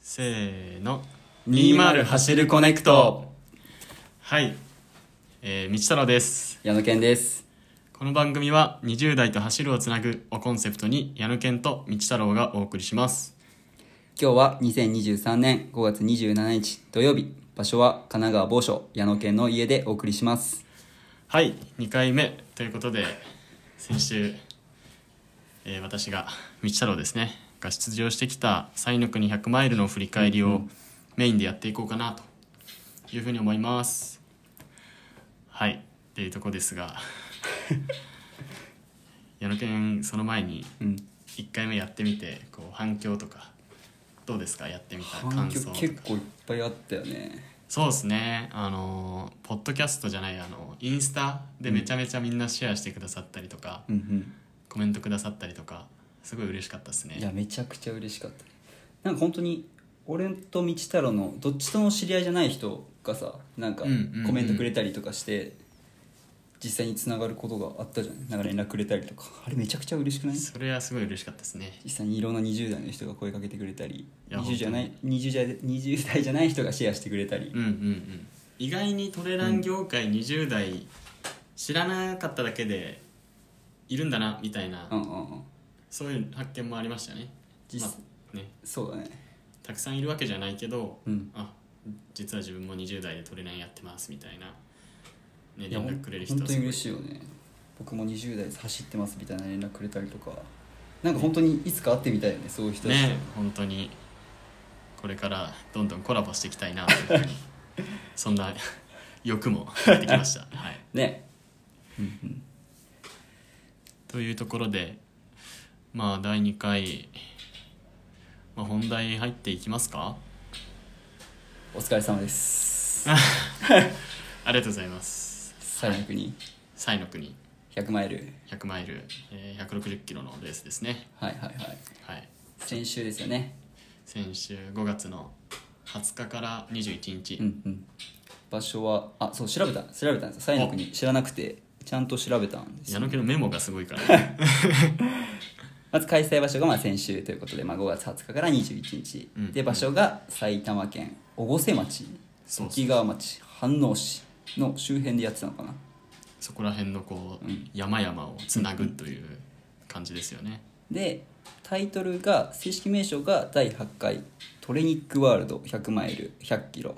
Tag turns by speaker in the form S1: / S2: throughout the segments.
S1: せーの
S2: 20走るコネクト
S1: はい、えー、道太郎です
S2: 矢野健です
S1: この番組は20代と走るをつなぐをコンセプトに矢野健と道太郎がお送りします
S2: 今日は2023年5月27日土曜日場所は神奈川某所矢野健の家でお送りします
S1: はい2回目ということで先週、えー私が道太郎ですねが出場してきた「西の国100マイル」の振り返りをメインでやっていこうかなというふうに思いますはいっていうとこですが 矢野健その前に
S2: うん
S1: 1回目やってみてこう反響とかどうですかやってみた
S2: 反
S1: 感想
S2: 響
S1: とか
S2: 結構いっぱいあったよね
S1: そうですねあのポッドキャストじゃないあのインスタでめちゃめちゃみんなシェアしてくださったりとか、
S2: うん
S1: コメントくださったりとかすごい嬉しかったです
S2: うんいや
S1: ね
S2: めちゃくちゃ嬉しかったなんか本当に俺と道太郎のどっちとも知り合いじゃない人がさなんか
S1: うんうんうん
S2: コメントくれたりとかして、実際につながることがあったじゃないなんか連絡くれたりとかあれめちゃくちゃ嬉しくない
S1: それはすごい嬉しかったですね
S2: 実際にいろんな20代の人が声かけてくれたり
S1: いや
S2: 20じゃない20代で20代じゃない人がシェアしてくれたり、
S1: うんうんうん意外にトレラン業界20代知らなかっただけでいるんだなみたいな、
S2: うんうんうん、
S1: そういう発見もありましたね,、
S2: 実
S1: まあ、ね
S2: そうだね
S1: たくさんいるわけじゃないけど
S2: うん
S1: あ実は自分も20代でトレランやってますみたいな、ね、
S2: いや
S1: 連
S2: ほん
S1: 絡くれる人
S2: 本当に嬉し
S1: い
S2: いよね僕も20代走ってますみたいな連絡くれたりとかなんか本当にいつか会ってみたいよねそういう人たちと
S1: ね本当にこれからどんどんコラボしていきたいなというふう にそんな欲も出てきま した、はい、
S2: ね
S1: というところでまあ第2回、まあ、本題入っていきますか
S2: お疲れ様です
S1: ありがとうございます
S2: 最悪に
S1: サイの国
S2: 100マイル
S1: 100マイル、えー160キロのレースですね
S2: はいはいはい
S1: はい
S2: 先週ですよね
S1: 先週5月の20日から21日、
S2: うんうん場所はあそう調べた調べたんですよ西の国知らなくてちゃんと調べたんです
S1: 矢
S2: よ
S1: 野家のメモがすごいからね
S2: まず開催場所がまあ先週ということで、まあ、5月20日から21日、
S1: うん
S2: で場所が埼玉県越生
S1: そ
S2: 町
S1: うそう
S2: 沖川町飯能市の周辺でやってたのかな
S1: そこら辺のこう、
S2: うん
S1: 山々をつなぐという感じですよね、
S2: でタイトルが正式名称が第8回「トレニックワールド100マイル100キロ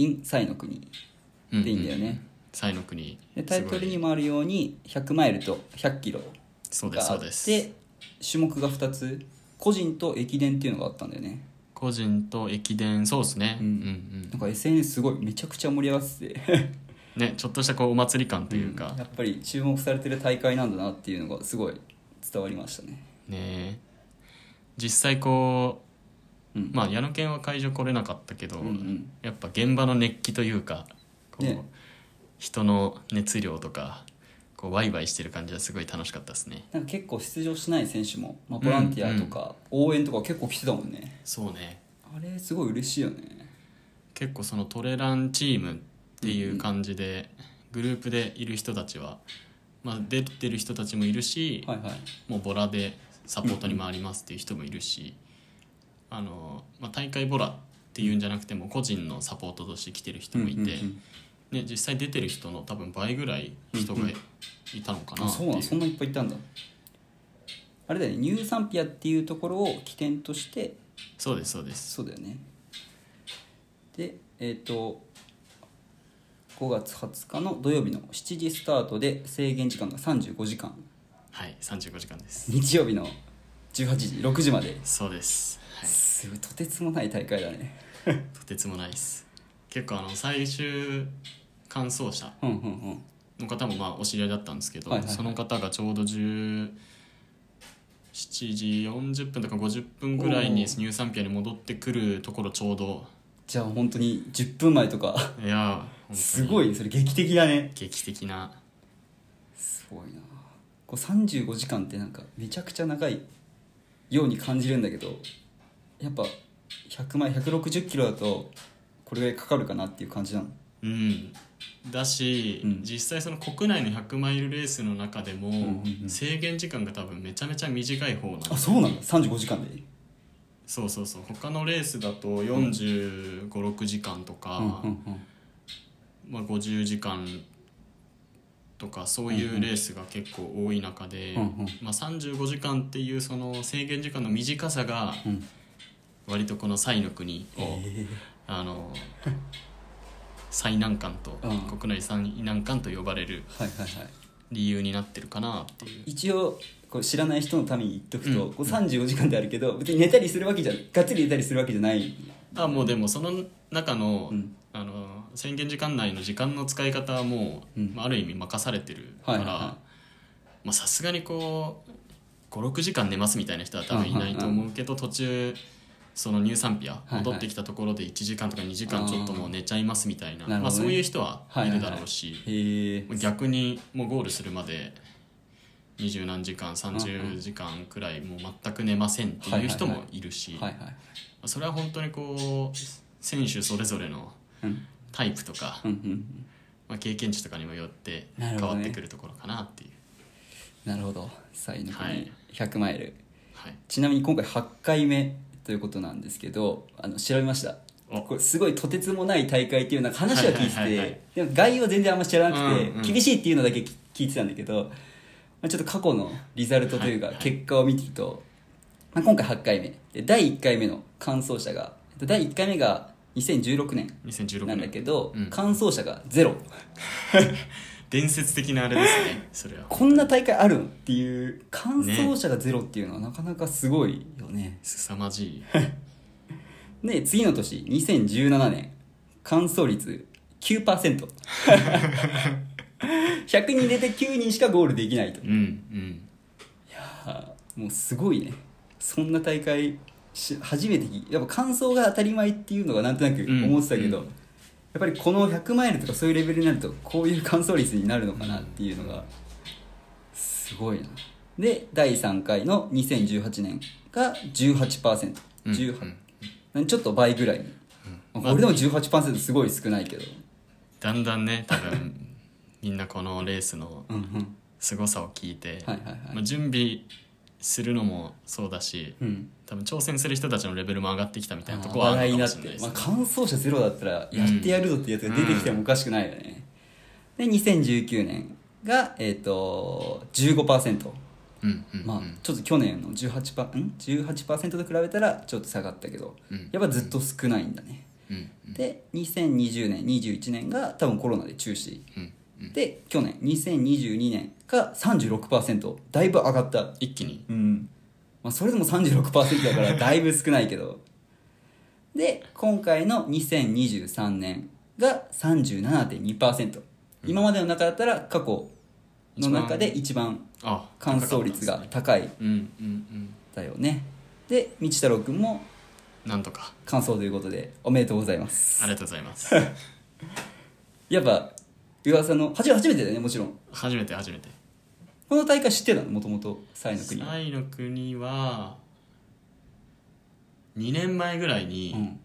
S2: in 西の国」
S1: うん
S2: でいいんだよね、
S1: 西の国
S2: でタイトルに
S1: すごい
S2: もあるように100マイルと100キロ
S1: そうです
S2: が
S1: そ
S2: あ
S1: う
S2: っ
S1: です
S2: て種目が2つ個人と駅伝っていうのがあったんだよね
S1: 個人と駅伝そうですね、
S2: うん
S1: うん
S2: なんか SNS すごいめちゃくちゃ盛り上がってて
S1: うんねちょっとしたこうお祭り感というか
S2: ん、やっぱり注目されてる大会なんだなっていうのがすごい伝わりましたね
S1: ね実際こう、
S2: うん
S1: まあ矢野県は会場来れなかったけど、
S2: うんうん
S1: やっぱ現場の熱気というかこう、
S2: ね
S1: 人の熱量とかこうワイワイしてる感じはすごい楽しかったですね
S2: なんか結構出場しない選手も、まあ、ボランティアとか応援とか結構来てたもんね、
S1: そうね
S2: あれすごい嬉しいよね
S1: 結構そのトレランチームっていう感じで、グループでいる人たちは、まあ、出てる人たちもいるし、
S2: はいはい
S1: もうボラでサポートに回りますっていう人もいるし、あのまあ、大会ボラっていうんじゃなくても個人のサポートとして来てる人もいて、
S2: うんうんうん
S1: ね、実際出てる人の多分倍ぐらい人がいたのかな
S2: あ
S1: って
S2: そ
S1: いうう
S2: なのそんないっぱいいたんだあれだよねニューサンピアっていうところを起点として
S1: そうですそうです
S2: そうだよねでえっ、と5月20日の土曜日の7時スタートで制限時間が35時間
S1: はい35時間です
S2: 日曜日の18時6時まで
S1: そうです、はい、
S2: すごいとてつもない大会だね
S1: とてつもないです結構あの最終完走者
S2: うんうんうん
S1: の方もまあお知り合いだったんですけど、
S2: はいはいはい
S1: その方がちょうど17時40分とか50分ぐらいに
S2: おー
S1: ニューサンピアに戻ってくるところちょうど
S2: じゃあ本当に10分前とか
S1: いやー
S2: す
S1: い
S2: ごいねそれ劇的だね
S1: 劇的な
S2: すごいなこう35時間ってなんかめちゃくちゃ長いように感じるんだけどやっぱ100枚160キロだとこれぐらいかかるかなっていう感じなの
S1: うんだし、
S2: うん
S1: 実際その国内の100マイルレースの中でも
S2: んうんうん
S1: 制限時間が多分めちゃめちゃ短い方なの
S2: あそうなんだ35時間で
S1: そうそうそう他のレースだと4 5 6時間とか、
S2: うんうん
S1: まあ、50時間とかそういうレースが結構多い中で、
S2: うんうん
S1: まあ、35時間っていうその制限時間の短さが
S2: うん
S1: 割とこのサイの国を、あの最難関と
S2: うん
S1: 国内最難関と呼ばれる
S2: はいはいはい
S1: 理由になってるかなっていう
S2: 一応こう知らない人のために言っとくと、
S1: うん
S2: こう35時間であるけど別に寝たりするわけじゃがっつり寝たりするわけじゃない、
S1: あもうでもその中の,、
S2: うん
S1: あの宣言時間内の時間の使い方はもう、
S2: うん
S1: まあ、ある意味任されてるか
S2: はい
S1: ら
S2: はいはい
S1: まあさすがにこう56時間寝ますみたいな人は多分いないと思うけど、途中その乳酸日や
S2: いはい
S1: 戻ってきたところで1時間とか2時間ちょっともう寝ちゃいますみたいな
S2: あーなる
S1: ま
S2: ほ
S1: あ、
S2: どね
S1: そういう人はいるだろうし、
S2: へえ
S1: 逆にもうゴールするまで二十何時間30時間くらいもう全く寝ませんっていう人もいるし。
S2: はいはい
S1: それは本当にこう選手それぞれの
S2: うん
S1: タイプとか、
S2: うんうん
S1: まあ、経験値とかにもよって
S2: なる
S1: 変
S2: ほど
S1: わ
S2: ね
S1: ってくるところかなっていう、
S2: なるほど最後
S1: は
S2: に
S1: い
S2: 100マイル、
S1: はい、
S2: ちなみに今回8回目ということなんですけどあの調べました
S1: お
S2: これすごいとてつもない大会っていうなんか話は聞いてて、
S1: はいはいはいはい
S2: でも概要は全然あんま知らなくて、
S1: うんうん
S2: 厳しいっていうのだけ聞聞いてたんだけど、まあ、ちょっと過去のリザルトというか
S1: はいはい
S2: 結果を見てると、まあ、今回8回目で第1回目の完走者がえっと第1回目が2016年
S1: 2016
S2: なんだ
S1: 年
S2: けど、
S1: うん
S2: 完走者がゼロ
S1: 伝説的なあれです ねそれは
S2: こんな大会あるんっていう完走者がゼロっていうのはなかなかすごいよね
S1: 凄まじい
S2: で次の年2017年乾燥率 9%100 人入れて9人しかゴールできないとい
S1: うんうん
S2: やーもうすごいねそんな大会し初めて聞いやっぱ乾燥が当たり前っていうのがなんとなく思ってたけど、
S1: うんうん
S2: やっぱりこの100マイルとかそういうレベルになるとこういう乾燥率になるのかなっていうのがすごいなで第3回の2018年が 18%18%、
S1: うん
S2: 18
S1: うん
S2: ちょっと倍ぐらいに、
S1: うん
S2: まあこれでも18%すごい少ないけど、
S1: だんだんね多分みんなこのレースの
S2: うんうん、
S1: 凄さを聞いて、
S2: はいはいはい
S1: まあ、準備するのもそうだし
S2: うん
S1: 多分挑戦する人たちのレベルも上がってきたみたいなとこは
S2: 話
S1: あ
S2: 題
S1: る
S2: に
S1: のかも
S2: なっ
S1: しれない
S2: て
S1: で、す
S2: まあ、
S1: ね
S2: 乾燥者ゼロだったらやってやるぞってやつが出てきてもおかしくないよね、で2019年がえっ、と15%
S1: うんうんうん
S2: まあちょっと去年の 18%, ん18と比べたらちょっと下がったけど
S1: うん
S2: やっぱずっと少ないんだね
S1: うん
S2: で2020年21年が多分コロナで中止
S1: うんうん
S2: で去年2022年が36%だいぶ上がった
S1: 一気に
S2: うんまあ、それでも36%だからだいぶ少ないけどで今回の2023年が37.2%今までの中だったら過去の中で一番
S1: あ
S2: 乾燥率が高い
S1: うんうん
S2: だよねで道太郎君も
S1: うんなんとか
S2: 乾燥ということでおめでとうございます
S1: ありがとうございます
S2: やっぱ噂の初初めてだよねもちろん
S1: 初めて初 めて
S2: この大会知ってたのもともとサイの国は
S1: サイの国は2年前ぐらいに、
S2: うん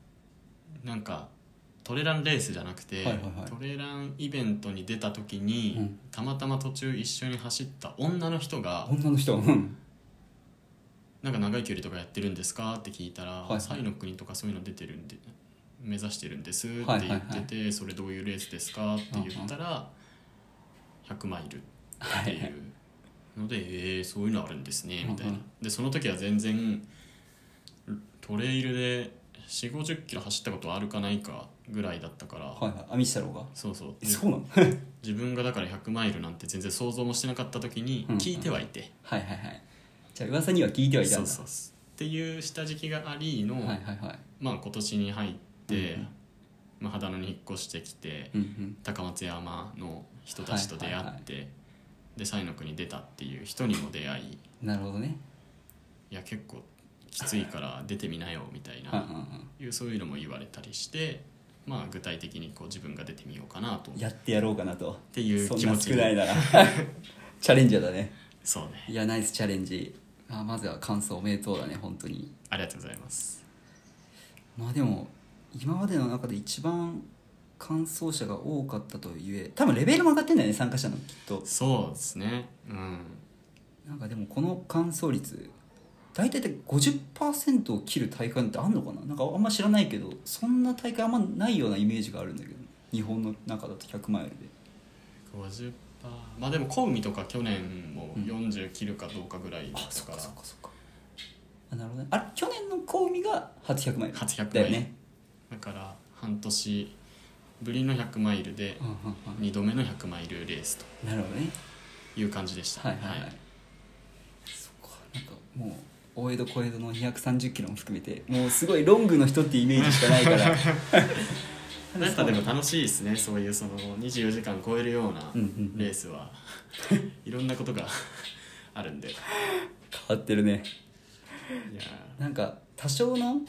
S1: なんかトレランレースじゃなくて、
S2: はいはいはい
S1: トレランイベントに出た時に、
S2: うん
S1: たまたま途中一緒に走った女の人が
S2: 女の人うん
S1: 「なんか長い距離とかやってるんですか?」って聞いたら「
S2: はいはい
S1: サイの国とかそういうの出てるんで目指してるんです」って
S2: はいはいは
S1: 言
S2: い
S1: ってて、それどういうレースですか?」って言ったら「100マイル」っ
S2: は
S1: て
S2: い
S1: い
S2: はいう
S1: ので、えーそういうのあるんですねみたいな、
S2: うんうん
S1: でその時は全然トレイルで4 5 0キロ走ったことあるかないかぐらいだったから、
S2: はいあ道太郎が
S1: そうそう
S2: え
S1: で
S2: そうなの
S1: 自分がだから100マイルなんて全然想像もしてなかった時に
S2: うんうん
S1: 聞いてはいて、
S2: はいはいはいじゃあ噂には聞いてはいたん
S1: そう
S2: だ
S1: そうそうっていう下敷きがありの、
S2: はいはいはい
S1: まあ、今年に入って、
S2: うんうん
S1: まあ、秦野に引っ越してきて、
S2: うんうん
S1: 高松山の人たちと出会って、
S2: はいはいは
S1: で西の国出たっていう人にも出会い
S2: なるほどね
S1: いや結構きついから出てみなよみたい
S2: うんう
S1: なんいうそういうのも言われたりしてまあ具体的にこう自分が出てみようかなと
S2: うん
S1: っ
S2: やってやろうかなと
S1: ていう
S2: そん
S1: 気
S2: な
S1: 持ち
S2: 少
S1: に
S2: ない ならチャレンジャーだね
S1: そうね
S2: いやナイスチャレンジあまずは感想おめでとうだね本当に
S1: ありがとうございます
S2: まあでも今までの中で一番感想者が多かったとゆえ多分レベルも上がってんだよね参加者のきっと
S1: そうですねうん
S2: なんかでもこの完走率大体で50%を切る大会なんてあんのかななんかあんま知らないけどそんな大会あんまないようなイメージがあるんだけど日本の中だと100マイルで
S1: 50%まあでもコウミとか去年も40切るかどうかぐらいだ
S2: あ
S1: った
S2: そっ
S1: か
S2: からそっかそっかあなるほどねあれ去年のコウミが初100マイル
S1: 初100マイル
S2: だよね、
S1: だから半年ぶりの100マイルで
S2: うんうん
S1: 2度目の100マイルレースと
S2: うん、なるほどね
S1: いう感じでした、
S2: はいはいはい、そっかなんかもう大江戸小江戸の230キロも含めてもうすごいロングの人ってイメージしかないから
S1: なんかでも楽しいですねそういうその24時間超えるような
S2: うんうん
S1: レース はいろんなことがあるんでいや
S2: 変わってるね
S1: ー
S2: なんか多少の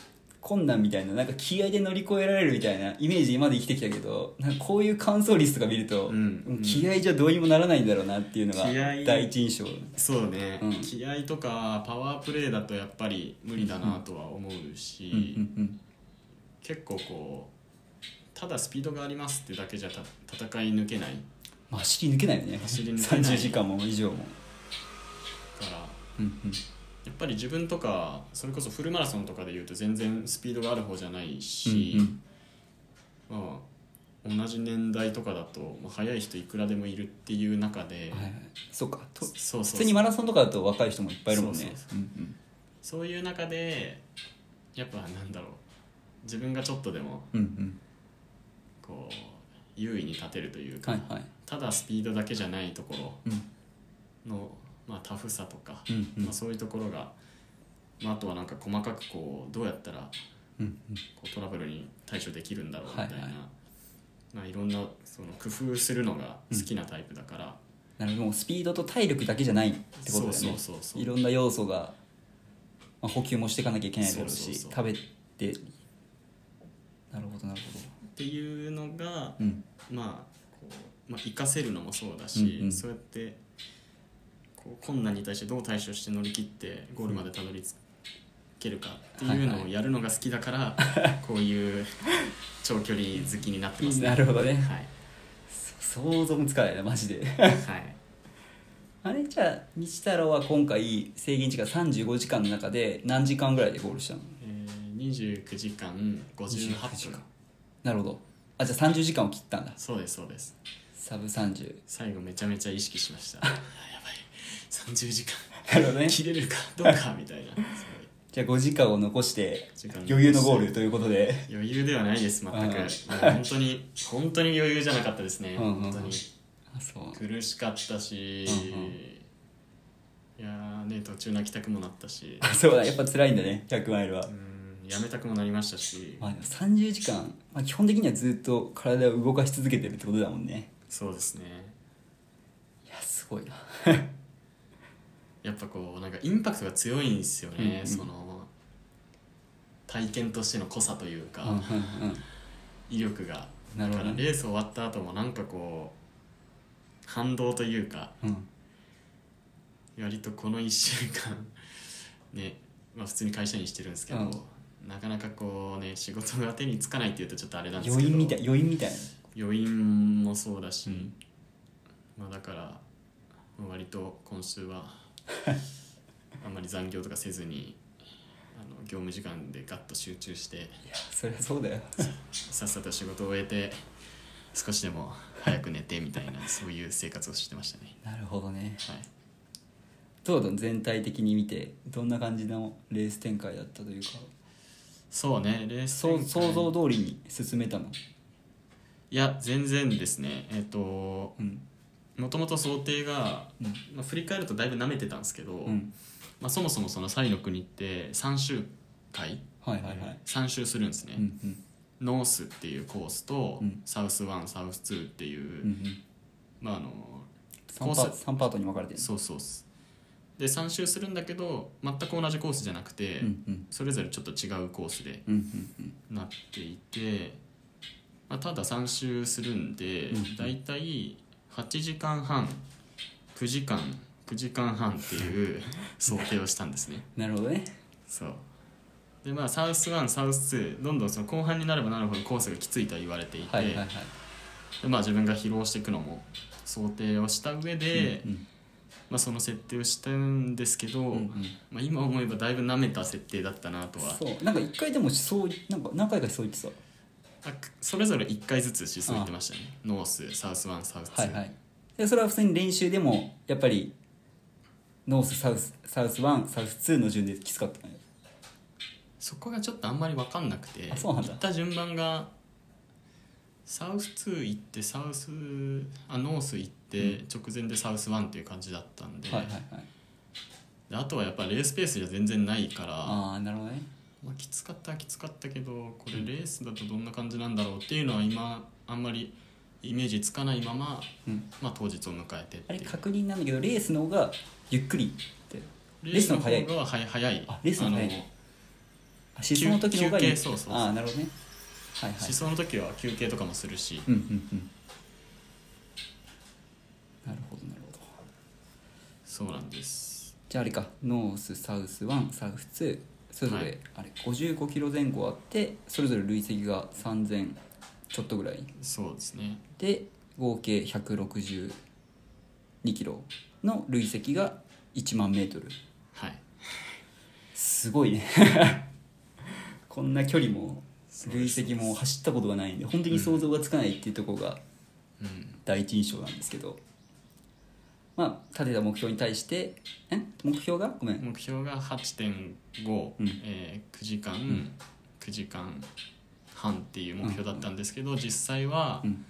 S2: 困難みたいななんか気合で乗り越えられるみたいなイメージ今まで生きてきたけどなんかこういう完走率とか見ると、
S1: うん
S2: もう気合じゃどうにもならないんだろうなっていうのが
S1: 気合
S2: 第一印象
S1: そうね、
S2: うん
S1: 気合とかパワープレーだとやっぱり無理だなとは思うし、
S2: うん
S1: 結構こうただスピードがありますってだけじゃた戦い抜けない
S2: まあ走り抜けないよね
S1: 走り抜けない
S2: 30時間も以上も、
S1: から
S2: うんうん、
S1: やっぱり自分とかそれこそフルマラソンとかでいうと全然スピードがある方じゃないし、
S2: うん
S1: まあ、同じ年代とかだと、まあ、速い人いくらでもいるっていう中で、
S2: はいはいそうかと
S1: そう
S2: 普
S1: そ
S2: 通に
S1: う
S2: マラソンとかだと若い人もいっぱいいるもんね
S1: そうそう
S2: うんうん
S1: そういう中でやっぱなんだろう自分がちょっとでも
S2: うん
S1: こう優位に立てるという
S2: うん
S1: か、
S2: はいはい
S1: ただスピードだけじゃないところ
S2: うん
S1: の、まあ、タフさとか、
S2: うんうん
S1: まあ、そういうところが、まあ、あとはなんか細かくこうどうやったら
S2: うん
S1: こうトラブルに対処できるんだろうみたいな、
S2: はいいはい
S1: まあ、いろんなその工夫するのが好きなタイプだから、
S2: なるほどもうスピードと体力だけじゃないってことだ
S1: そ
S2: よね
S1: うそうそうそう
S2: いろんな要素が、まあ、補給もしていかなきゃいけないだろうし
S1: そうそうそう
S2: 食べてなるほどなるほ
S1: っていうのが、
S2: どうん
S1: まあこうまあ、活かせるのもそうだし、
S2: うんうん
S1: そうやってこう困難に対してどう対処して乗り切ってゴールまでたどり着けるかっていう
S2: はい
S1: の
S2: は
S1: を
S2: い
S1: やるのが好きだから、 こういう長距離好きになってますね。
S2: なるほどね
S1: はい
S2: 想像もつかないなマジで
S1: はい
S2: あれじゃあ西太郎は今回制限時間35時間の中で何時間ぐらいでゴールしたの
S1: えー、29時間
S2: 29時
S1: 58分
S2: 間なるほどあじゃあ30時間を切ったんだ
S1: そうですそうです
S2: サブ30
S1: 最後めちゃめちゃ意識しましたあやばい30時間
S2: なるほどね
S1: 切れるかどうかみたいなすごい
S2: じゃあ5時間を残して
S1: 時間
S2: 余裕のゴールということで
S1: 余裕ではないです全く
S2: うん
S1: もう本当に本当に余裕じゃなかったですね
S2: うんうんう
S1: 本
S2: ん
S1: 当に
S2: あそう
S1: 苦しかったし
S2: うんうん
S1: いやーね途中泣きたくもなったし
S2: あそうだやっぱ辛いんだね100マイルは
S1: う、んやめたくもなりましたし
S2: まあ、でも30時間、まあ、基本的にはずっと体を動かし続けてるってことだもんね
S1: そうですね
S2: いやすごいな
S1: やっぱこうなんかインパクトが強いんですよね、
S2: うんうん
S1: その体験としての濃さというか、
S2: うんうんうん
S1: 威力が
S2: な
S1: だ
S2: る
S1: か
S2: ほど
S1: ら
S2: ね
S1: レース終わった後もなんかこう反動というか
S2: うん
S1: 割とこの1週間 ね、まあ、普通に会社員してるんですけど、なかなかこうね仕事が手につかないっていうとちょっとあれなんですけ
S2: 余
S1: ど
S2: 韻みたい余韻みたいな
S1: 余韻もそうだし、
S2: うん
S1: まあ、だから割と今週 はあんまり残業とかせずにあの業務時間でガッと集中して
S2: いやそりゃそうだよ
S1: さっさと仕事を終えて少しでも早く寝てみたいなそういう生活をしてましたね、
S2: なるほどね
S1: はい、
S2: どうだ全体的に見てどんな感じのレース展開だったというか
S1: そうねレース
S2: そう
S1: 展開
S2: 想像通りに進めたの
S1: いや全然ですねえっ、と
S2: うん
S1: もともと想定が、
S2: うん
S1: まあ、振り返るとだいぶ舐めてたんですけど、
S2: うん
S1: まあ、そもそもそのサイの国って3周回
S2: はいはいはい
S1: 3周するんですね、
S2: うんうん
S1: ノースっていうコースと、
S2: うん
S1: サウスワンサウスツーっていうう、
S2: んうん
S1: まああの
S2: 3パート3パートに分かれてる
S1: そうそうっすで3周するんだけど全く同じコースじゃなくて、
S2: うんうん
S1: それぞれちょっと違うコースで
S2: うんうん
S1: なっていて、まあ、ただ3周するんで、
S2: うん
S1: だいたい8時間半9時間9時間半っていう想定をしたんですね
S2: なるほどね
S1: そうでまあサウス1サウス2どんどんその後半になればなるほどコースがきついとは言われていて、
S2: はいはいはい
S1: でまあ、自分が疲労していくのも想定をした上で、
S2: うん
S1: まあ、その設定をしたんですけど、まあ、今思えばだいぶ舐めた設定だったなとは
S2: そうなんか一回でもしそうなんか何回かしそう言って
S1: あくそれぞれ1回ずつ思想言ってましたねノースサウスワンサウスツ
S2: た
S1: ー
S2: はいはいでそれは普通に練習でもやっぱりノースサウスサウス1サウス2の順できつかったね
S1: そこがちょっとあんまり分かんなくて
S2: あそうなんだ
S1: 行った順番がサウス2行ってサウスあノース行って直前でサウス1っていう感じだったんで,、
S2: はいはいはい
S1: であとはやっぱレースペースじゃ全然ないから
S2: ああなるほどね
S1: まあ、きつかったはきつかったけどこれレースだとどんな感じなんだろうっていうのは今あんまりイメージつかないまま、
S2: うん
S1: まあ、当日を迎えてっ
S2: あ
S1: てい
S2: れ
S1: う
S2: 確認なんだけどレースの方がゆっくりってレースの方が早い
S1: レースの方が早い早い
S2: あレースの方が早い
S1: あの
S2: あ思想の時の方がゆっくり
S1: 休憩そうそうそう
S2: ああなるほどねはいはい
S1: 思想の時は休憩とかもするし、
S2: うんうんうんなるほどなるほど
S1: そうなんです
S2: じゃああれかノースサウス1サウス2それぞれ、
S1: はい
S2: あれ55キロ前後あってそれぞれ累積が3000ちょっとぐらい
S1: そうですね
S2: で合計162キロの累積が1万メートル
S1: はい
S2: すごいね こんな距離も累積も走ったことがないんで本当に想像がつかないっていうところが
S1: うん
S2: 第一印象なんですけど、まあ立てた目標に対してえ目標がごめん
S1: 目標が8.5、
S2: うん
S1: えー9時間、9時間半っていう目標だったんですけど、実際は、
S2: うん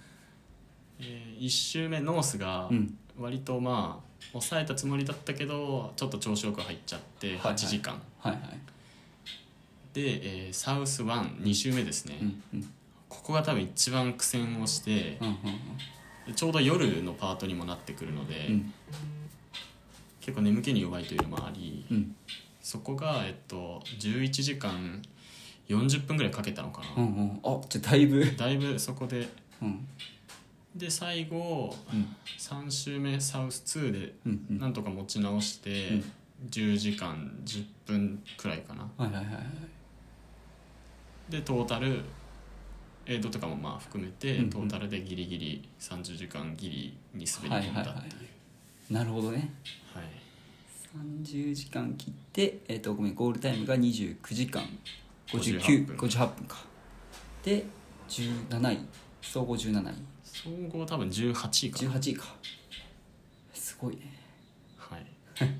S1: え1周目ノースが
S2: うん
S1: 割とまあ抑えたつもりだったけどちょっと調子よく入っちゃって
S2: いはい
S1: 8時間、
S2: はいはい
S1: で、えーサウス12周目ですね、
S2: うんうん
S1: ここが多分一番苦戦をして
S2: うんうん
S1: でちょうど夜のパートにもなってくるので、
S2: うんうん
S1: 結構眠気に弱いというのもあり
S2: うん
S1: そこがえっと11時間40分ぐらいかけたのか
S2: う
S1: な、
S2: んうんあじゃあだいぶ
S1: だいぶそこで
S2: うん
S1: で最後
S2: うん
S1: 3周目サウス2で
S2: うんうん
S1: なんとか持ち直して、
S2: うん
S1: 10時間10分くらいかな
S2: はいはいはいはい
S1: でトータルエイドとかもまあ含めて、
S2: うんうん
S1: トータルでギリギリ30時間ギリに滑り込んだっていう、
S2: は
S1: はい
S2: いはいなるほどね30時間切って、えっとごめんゴールタイムが29時間
S1: 58分
S2: 5958分かで17位総合17位
S1: 総合多分18位かな、
S2: 18位かすごいね
S1: はい、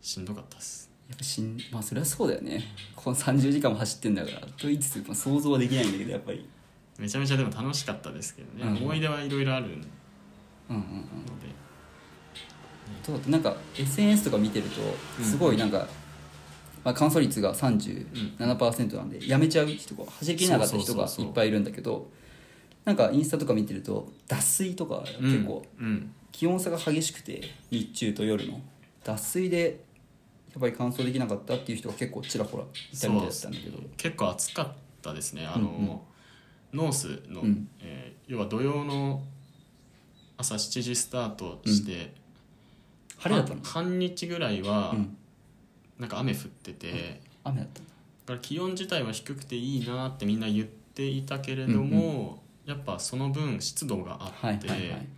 S1: しんどかったっす
S2: やっぱしんまあそれはそうだよねこの30時間も走ってんだからと言いつつ、まあ、想像はできないんだけどやっぱり
S1: めちゃめちゃでも楽しかったですけどね、
S2: うん
S1: 思い出はいろいろあるので
S2: うんうんうんそうだってなんか SNS とか見てるとすごいなんか、まあ、完走率が37%なんでやめちゃう人が走りきれなかった人がいっぱいいるんだけどなんかインスタとか見てると脱水とか結構
S1: うん、うん
S2: 気温差が激しくて日中と夜の脱水でやっぱり乾燥できなかったっていう人が結構ちらほらいたみたいだったんだけど
S1: 結構暑かったですねあの、
S2: うんうん
S1: ノースの、
S2: うん
S1: えー要は土曜の朝7時スタートして、
S2: 晴れだったの
S1: は半日ぐらいは、
S2: うん
S1: なんか雨降ってて、だ
S2: 雨だったの
S1: から気温自体は低くていいなってみんな言っていたけれども、やっぱその分湿度があ
S2: はい
S1: って、
S2: はいはい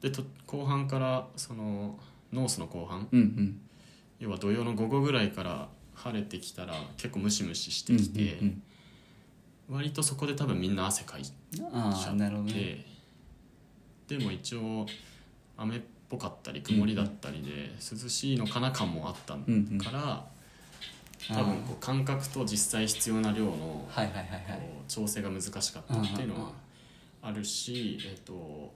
S1: でと後半からそのノースの後半
S2: うんうん
S1: 要は土曜の午後ぐらいから晴れてきたら結構ムシムシして
S2: うん
S1: きて、
S2: うん
S1: 割とそこで多分みんな汗かいて
S2: うんああなるほどね
S1: でも一応雨っぽかったり曇りだったりで、涼しいのかな感もあった
S2: うんうん
S1: から、
S2: あー
S1: 多分こう感覚と実際必要な量のこ
S2: はいはいはいうはい
S1: 調整が難しかったっていうのはあるし、えっとも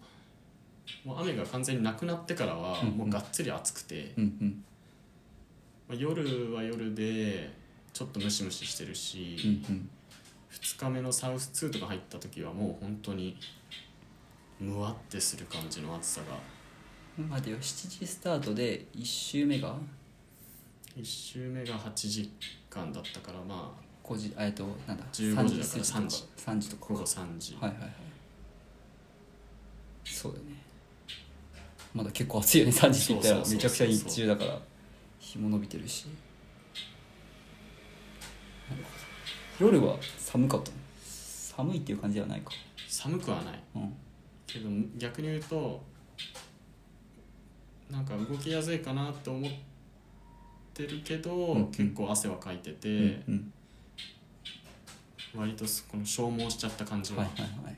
S1: う雨が完全になくなってからは
S2: うんうん
S1: もうがっつり暑くて、
S2: うんうん
S1: まあ、夜は夜でちょっとムシムシしてるし、
S2: うんうん
S1: 2日目のサウス2とか入った時はもう本当にむわってする感じの暑さが
S2: 待てよ7時スタートで1周目が
S1: 1周目が8時間だったからまあ
S2: 5時あえっとなんだ
S1: 15時だから
S2: 3時3時とか
S1: 午後3時、
S2: はいはいはいそうだよねまだ結構暑いよね3時って言ったら
S1: そうそうそうそう
S2: めちゃくちゃ日中だから日も伸びてるしなるほど夜は寒かったの寒いっていう感じではないか
S1: 寒くはない
S2: うん
S1: けど逆に言うとなんか動きやすいかなと思ってるけど、
S2: うん
S1: 結構汗はかいてて、
S2: うん
S1: 割とすこの消耗しちゃった感じ
S2: うん
S1: は、
S2: はいはいはい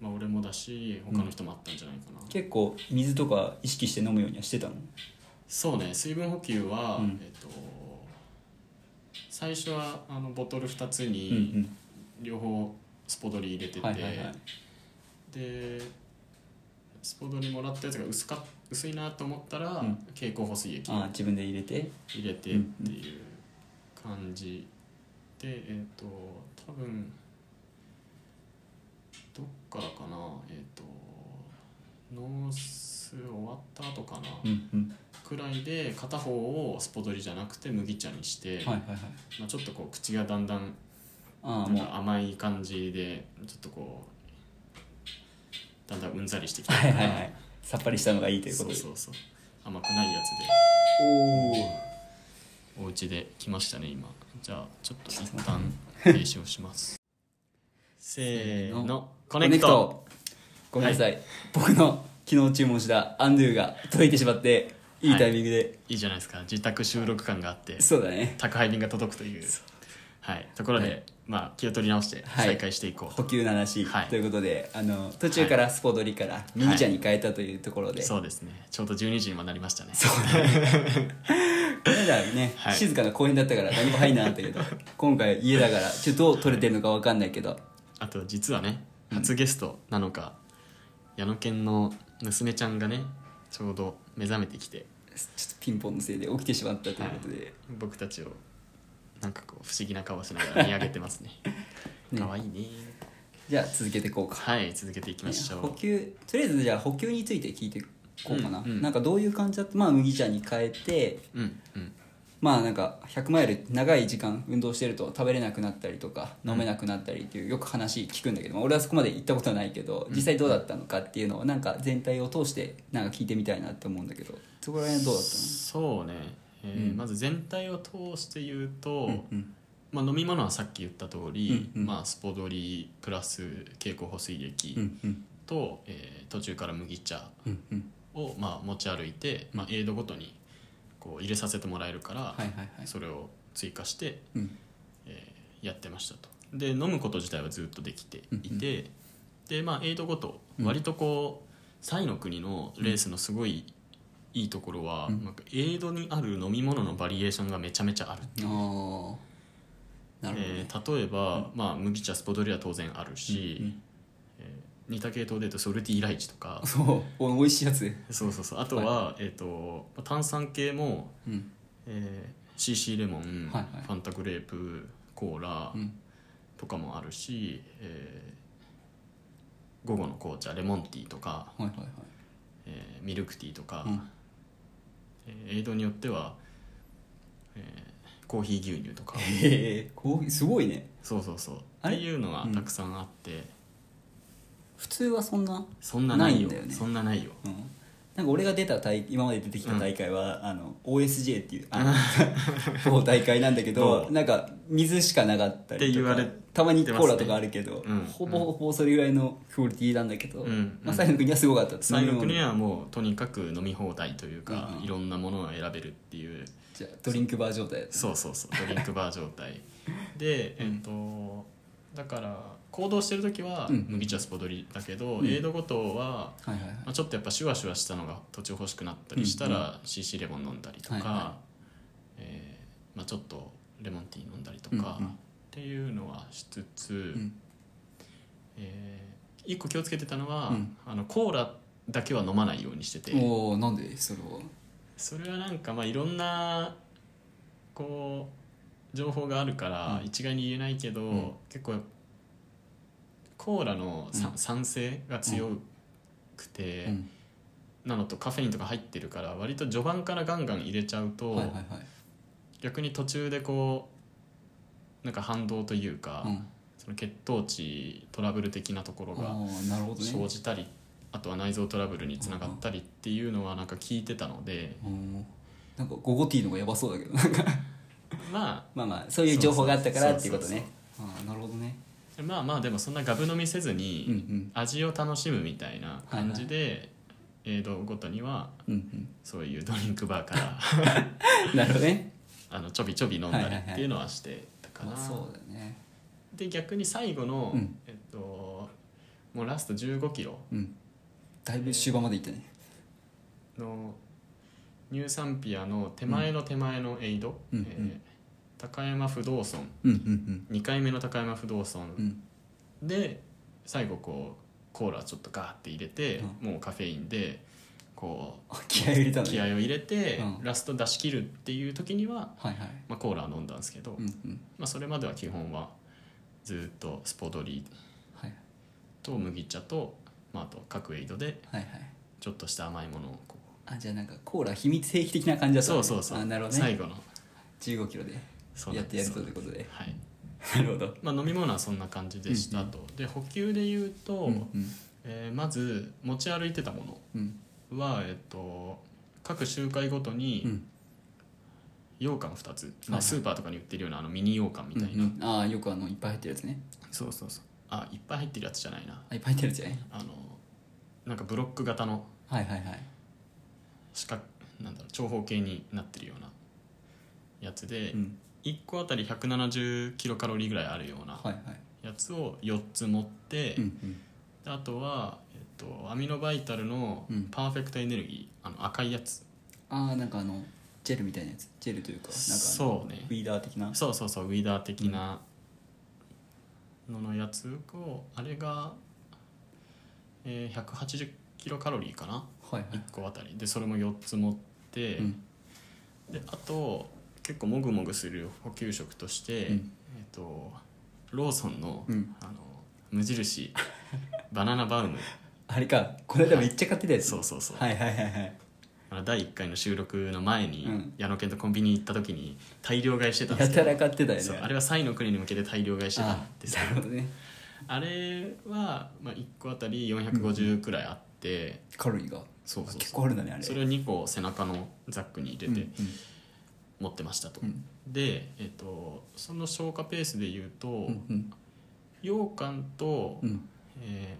S1: まあ、俺もだし他の人もあったんじゃないかな、
S2: 結構水とか意識して飲むようにはしてたの
S1: そうね水分補給は、
S2: うん
S1: えっと最初はあのボトル2つ
S2: う
S1: に
S2: ん
S1: 両方スポドリ入れてて、
S2: うんはいはいはい
S1: でスポドリもらったやつが薄か薄いなと思ったら、
S2: うん
S1: 蛍光補水液
S2: ああ自分で入れて
S1: 入れてっていう感じでえっ、と多分どっからかなえっ、とノース終わった後かな、
S2: うんうん
S1: くらいで片方をスポドリじゃなくて麦茶にして、
S2: はいはいはい
S1: まあ、ちょっとこう口がだんだん
S2: あ
S1: な
S2: あ
S1: ん
S2: もう
S1: か甘い感じでちょっとこうだんだんうんざりしてきた
S2: はいはいはいさっぱりしたのがいいというこ
S1: そ
S2: と
S1: う
S2: で
S1: そうそう甘くないやつで。
S2: おお
S1: お家で来ましたね今じゃあちょっと一旦停止をします せーのコ
S2: コ
S1: ネクト
S2: ごめんなさい、僕の昨日注文したアンドゥが届いてしまっていいタイミングで、
S1: いいじゃないですか自宅収録感があって
S2: そうだね
S1: 宅配便が届くというはいところで、
S2: はい
S1: まあ気を取り直して
S2: はい
S1: 再開していこう、
S2: 補給の話、
S1: はい
S2: ということであの途中からスポドリから麦茶に変えたというところで、
S1: そうですねちょうど12時にもなりましたね
S2: この間ね、
S1: はい
S2: 静かな公園だったから何も入んなかっ たけど今回家だからちょっとどう取れてるのか分かんないけど、
S1: あと実はね初ゲストなのか、矢野犬の娘ちゃんがねちょうど目覚めてきて
S2: ちょっとピンポンのせいで起きてしまったということで、
S1: 僕たちをなんかこう不思議な顔しながら見上げてますね
S2: ね
S1: 可愛い ね
S2: じゃあ続けていこうか
S1: はい続けていきましょう、
S2: 補給とりあえずじゃあ補給について聞いていこうかな、
S1: うんうん
S2: なんかどういう感じだったまあ麦茶に変えて
S1: うんうん
S2: まあなんか100マイル長い時間運動してると食べれなくなったりとか飲めなくなったりっていうよく話聞くんだけど、まあ俺はそこまで行ったことはないけど実際どうだったのかっていうのをなんか全体を通してなんか聞いてみたいなって思うんだけどそこら辺どうだったの
S1: そうね、えー
S2: うん
S1: まず全体を通して言うと、
S2: うん
S1: まあ、飲み物はさっき言った通り、
S2: うんうん
S1: まあ、スポドリプラス蛍光補水液
S2: うんうん
S1: と、えー途中から麦茶
S2: うんうん
S1: を、まあ、持ち歩いて、まあ、エイドごとにこう入れさせてもらえるから、
S2: はいはいはい
S1: それを追加して、
S2: うん
S1: えーやってましたとで飲むこと自体はずっとできていて、でまあエイドごと
S2: うん
S1: 割とこうサイの国のレースのすごいいいところは、
S2: うん
S1: なんかエイドにある飲み物のバリエーションがめちゃめちゃある、
S2: あーなるほどね
S1: え、ー例えば、まあ、麦茶スポドリは当然あるし、
S2: うん
S1: 似た系統で言うとソルティライチと か
S2: うんそうお美味しいやつ
S1: そうそうそうあとは、えー、と炭酸系も、
S2: うん
S1: えー、CC レモン、
S2: はいはい
S1: ファンタグレープコーラ、
S2: うん
S1: とかもあるし、えー午後の紅茶レモンティーとか、
S2: はいはいはい
S1: えーミルクティーとか、
S2: うん
S1: えーエイドによっては、えーコーヒー牛乳とか
S2: へえこうすごいね
S1: そうそうそう
S2: あ
S1: っ
S2: れ
S1: ていうのがたくさんあって、
S2: 普通はそんな
S1: そんなないよ
S2: ないんだよね
S1: そんなないよ
S2: うんなんか俺が出た大今まで出てきた大会は、あの OSJ っていうあの某大会なんだけど
S1: 某
S2: なんか水しかなかったりとか
S1: って言われ
S2: たまにコーラとかあるけど、
S1: てますねうん
S2: ほぼほぼそれぐらいのクオリティなんだけど、
S1: うん
S2: まあ、サイの国はすごかった
S1: サイの国
S2: 飲み物
S1: はもうとにかく飲み放題というか、
S2: うん
S1: いろんなものを選べるっていう
S2: じゃあドリンクバー状態だった
S1: そうそうそうドリンクバー状 態でえっ、とだから行動してる時は
S2: うん
S1: 麦茶スポドリだけど、
S2: うん
S1: エイドごとは
S2: はいはいはい
S1: まあ、ちょっとやっぱシュワシュワしたのが途中欲しくなったりした
S2: うん
S1: ら CC レモン飲んだりとか、
S2: はいは
S1: えーまあ、ちょっとレモンティー飲んだりとか
S2: うんうん
S1: っていうのはしつつ、
S2: ん
S1: えー一個気をつけてたのは、
S2: うん
S1: あのコーラだけは飲まないようにしてて
S2: おおなんでそれは
S1: それはなんかまあいろんなこう情報があるから
S2: うん
S1: 一概に言えないけど、
S2: ん
S1: 結構コーラのさ、
S2: うん
S1: 酸性が強くて。
S2: うん
S1: なのとカフェインとか入ってるから割と序盤からガンガン入れちゃうと、
S2: はいはいはい
S1: 逆に途中でこうなんか反動というか、
S2: うん
S1: その血糖値トラブル的なところが
S2: あーなるほどね
S1: 生じたり、あとは内臓トラブルにつながったりっていうのはなんか聞いてたの で、
S2: うんなんかゴゴティーの方がやばそうだけどなんか
S1: ま
S2: まあまあそういう情報があったからっていうこと
S1: そう
S2: ねああなるほどね
S1: あまあまあでもそんなガブ飲みせず
S2: うんう
S1: に
S2: ん
S1: 味を楽しむみたいな感じで、エイドごとには
S2: うん
S1: そういうドリンクバーから
S2: うん、なるほどね
S1: あのちょびちょび飲んだりっていうのはしてたかな、
S2: まあそうだよね
S1: で逆に最後の、
S2: うん
S1: えっともうラスト1 5キロ
S2: うんだいぶ終盤までいったね
S1: のニューサンピアの手前の手前のエイド、
S2: うんうん
S1: えー高山不動尊
S2: うんうん
S1: 2回目の高山不動
S2: う
S1: 尊
S2: ん
S1: で最後こうコーラちょっとガーって入れて、もうカフェインでこ
S2: あ気合い入れた
S1: う
S2: ね
S1: 気合を入れて、
S2: うん
S1: ラスト出し切るっていう時には、
S2: はいはい
S1: まあ、コーラは飲んだんですけど、
S2: うんうん
S1: まあ、それまでは基本はずっとスポドリ
S2: はい
S1: と麦茶と、まあ、あと各エイドで
S2: はいはい
S1: ちょっとした甘いものをこ
S2: あじゃあなんかコーラ秘密兵器的な感じ
S1: う
S2: だった
S1: そ
S2: ね
S1: うそうそう、
S2: あなるほどね
S1: 最後の
S2: 1 5キロで
S1: そうな
S2: やっ
S1: ん
S2: て
S1: で
S2: やる
S1: す
S2: ということで
S1: はい
S2: なるほど
S1: まあ、飲み物はそんな感じでしたと、で補給で言うと、
S2: うんうん
S1: えーまず持ち歩いてたも
S2: うん
S1: のは、えっと各集会ごと
S2: う
S1: に
S2: ん
S1: 羊羹2つ、
S2: はい
S1: ま
S2: は
S1: あ、
S2: い
S1: スーパーとかに売ってるようなあのミニ羊羹みたいな、
S2: うんうんああよくあのいっぱい入ってるやつね
S1: そうそうそうあいっぱい入ってるやつじゃないな
S2: あいっぱい入ってるやつね
S1: あのなんかブロック型の
S2: はいはいはい
S1: 四角なんだろう長方形になってるようなやつで、
S2: うん
S1: 1個あたり170キロカロリーぐらいあるような
S2: はいはい
S1: やつを4つ持って、
S2: うんうん
S1: であとは、えっと、アミノバイタルの
S2: うん
S1: パーフェクトエネルギー、あの赤いやつ
S2: ああなんかあのジェルみたいなやつジェルというかなんかう
S1: そうね
S2: ウィーダー的な
S1: そうそうそうウィーダー的なののやつをあれが、えー、180キロカロリーかな
S2: はいはい
S1: 1個あたりでそれも4つ持って、
S2: うん
S1: であと結構もぐもぐする補給食として、
S2: うん
S1: えっとローソンの,、
S2: うん
S1: あの無印バナナバウム
S2: あれかこの間めっちゃ買ってたやつ
S1: そうそうそう
S2: はいはいはいはい
S1: あの第1回の収録の前に、
S2: うん
S1: 矢野健とコンビニ行った時に大量買いしてたんで
S2: や
S1: すけ
S2: た
S1: ど
S2: ら買ってたよね
S1: そうあれはサイの国に向けて大量買いしてた
S2: あ
S1: んです
S2: なるほどね
S1: あれは、まあ、1個あたり450くらいあって、
S2: カロリーが
S1: そうそう
S2: 結
S1: そう
S2: 構あるんだねあれ
S1: それを2個背中のザックに入れて持ってましたと、
S2: うんうん
S1: で、えっとその消化ペースで言うと、
S2: うんうん
S1: 羊羹と、
S2: うんうん
S1: え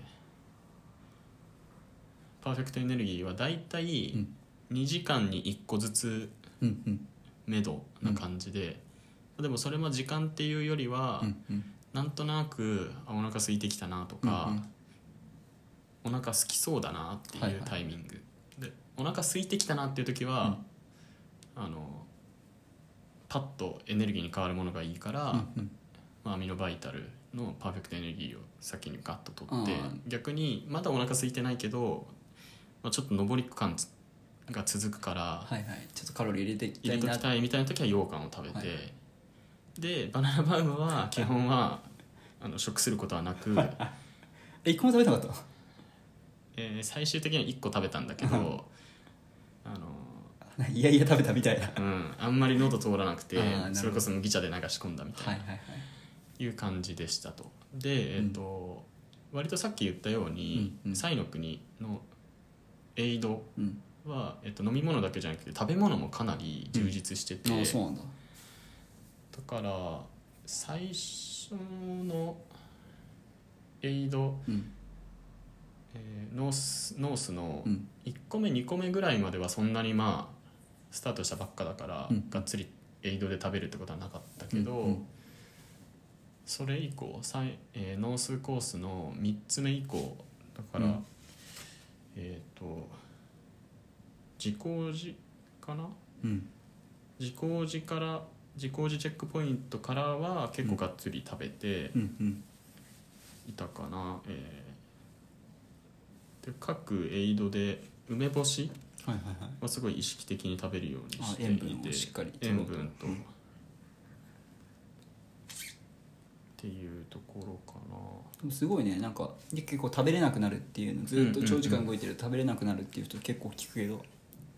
S1: ーパーフェクトエネルギーはだいたい
S2: うん
S1: 2時間に1個ずつ
S2: うんうん
S1: めどな感じで、でもそれも時間っていうよりは、
S2: うんうん
S1: なんとなくあお腹空いてきたなとか、お腹空きそうだなって
S2: はい
S1: い
S2: は
S1: う
S2: い
S1: タイミング、でお腹空いてきたなっていう時は、あのパッとエネルギーに変わるものがいいから、
S2: うんうん
S1: まあ、アミノバイタルのパーフェクトエネルギーを先にガッと取って
S2: あ
S1: 逆にまだお腹空いてないけど、まあ、ちょっと上り感つが続くから、
S2: はいはいちょっとカロリー入れていきた
S1: 入れ
S2: い
S1: と
S2: な
S1: きたいみたいな時は羊羹を食べて、
S2: は
S1: でバナナバウムは基本はあの食することはな く、
S2: え一個も食べなかった
S1: えー最終的には1個食べたんだけどあの
S2: いやいや食べたみたいなは
S1: うん、あんまり喉通らなくて
S2: あーなるほど
S1: それこそ麦茶で流し込んだみた
S2: い
S1: い
S2: はいはい
S1: ないう感じでしたと。で、えーと割とさっき言ったように、
S2: うんうん
S1: サイの国のエイド
S2: うん
S1: は、えっと飲み物だけじゃなくて食べ物もかなり充実してて、
S2: ああそうなんだ
S1: だから最初のエイド、
S2: うん
S1: えーノースノースの
S2: うん
S1: 1個目2個目ぐらいまではそんなにまあスタートしたばっかだから、
S2: うん
S1: がっつりエイドで食べるってことはなかったけど、
S2: うんうん
S1: それ以降さい、えーノースコースの3つ目以降だから、
S2: うん
S1: えっ、と自工時かな
S2: うん
S1: 自工時から自工時チェックポイントからは結構がっつり食べて
S2: うんうん
S1: いたかな、えーで各エイドで梅干し
S2: はいはいはい
S1: はすごい意識的に食べるように
S2: あ
S1: してい
S2: 塩
S1: て
S2: 分をしっかり
S1: 塩分と、
S2: うん
S1: っていうところかな
S2: でもすごいねなんかで結構食べれなくなるっていうのずっと長時間動いてると食べれなくなるっていう人結構聞くけど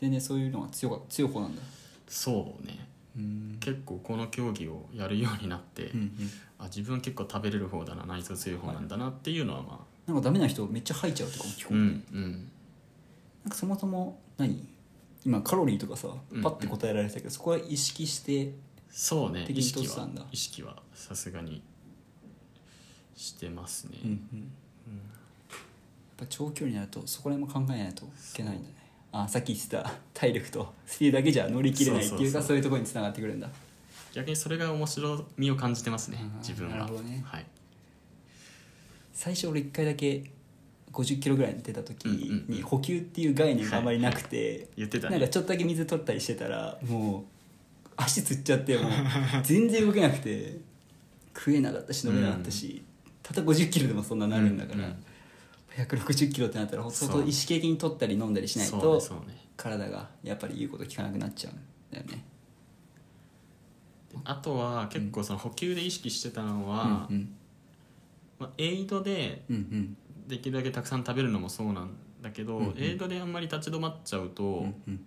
S2: でねそういうのが強か強い方なんだ
S1: そうね
S2: うん
S1: 結構この競技をやるようになって、
S2: うんうん
S1: あ自分は結構食べれる方だな内臓強い方なんだなっていうのはまあ、
S2: なんかダメな人めっちゃ吐いちゃうとかも聞こ
S1: う
S2: える、
S1: んうん
S2: なんかそもそも何今カロリーとかさ
S1: うん
S2: パッて答えられてたけど、そこは意識して
S1: そうね
S2: 適
S1: 意
S2: に
S1: 識
S2: 取ってた
S1: は
S2: んだ
S1: 意識はさすがにしてますね、
S2: うんうんぱ長距離になるとそこら辺も考えないといけないんだねあさっき言ってた体力とスピードだけじゃ乗り切れないっていう
S1: そうそう
S2: か
S1: そう
S2: そういうところにつながってくるんだ
S1: 逆にそれが面白みを感じてますね
S2: あー
S1: 自分は
S2: なるほどね
S1: はい
S2: 最初俺1回だけ50キロぐらい出た
S1: う
S2: 時
S1: んうんう
S2: に補給っていう概念があまりなくて
S1: 言ってた
S2: なんか
S1: ね
S2: ちょっとだけ水取ったりしてたらもう足つっちゃってもう全然動けなくて食えなかったし飲めなかったし、たった50キロでもそんななるんだから、
S1: うんうん
S2: 160キロってなったら
S1: そう
S2: 相当意識的に取ったり飲んだりしない
S1: そう
S2: と
S1: ねそうね
S2: 体がやっぱり言うこと聞かなくなっちゃうんだよね。
S1: あとは結構その補給で意識してたのは、
S2: うんうん
S1: まあ、エイドで
S2: うんうん
S1: できるだけたくさん食べるのもそうなんだけど、
S2: うんうん
S1: エイドであんまり立ち止まっちゃうと、
S2: うんうん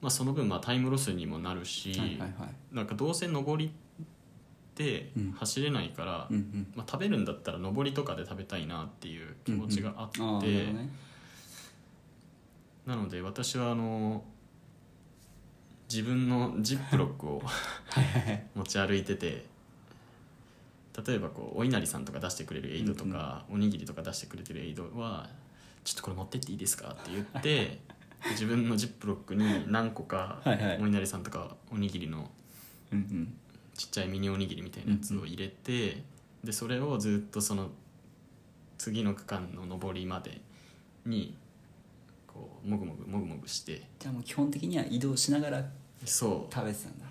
S1: まあ、その分まあタイムロスにもなるし、
S2: はいはいはい
S1: なんかどうせ上りって
S2: うん
S1: 走れないから、
S2: うんうん
S1: まあ、食べるんだったら上りとかで食べたいなっていう気持ちがあって、
S2: あーなるほどね
S1: なので私はあの自分のジップロックを持ち歩いてて例えばこうお稲荷さんとか出してくれるエイドとか、おにぎりとか出してくれてるエイドは「ちょっとこれ持ってっていいですか?」って言って自分のジップロックに何個か
S2: はい はい
S1: お稲荷さんとかおにぎりの
S2: うんうん
S1: ちっちゃいミニおにぎりみたいなやつを入れてでそれをずっとその次の区間の上りまでにこうもぐもぐもぐもぐして
S2: じゃあもう基本的には移動しながら
S1: そ
S2: 食べてたんだ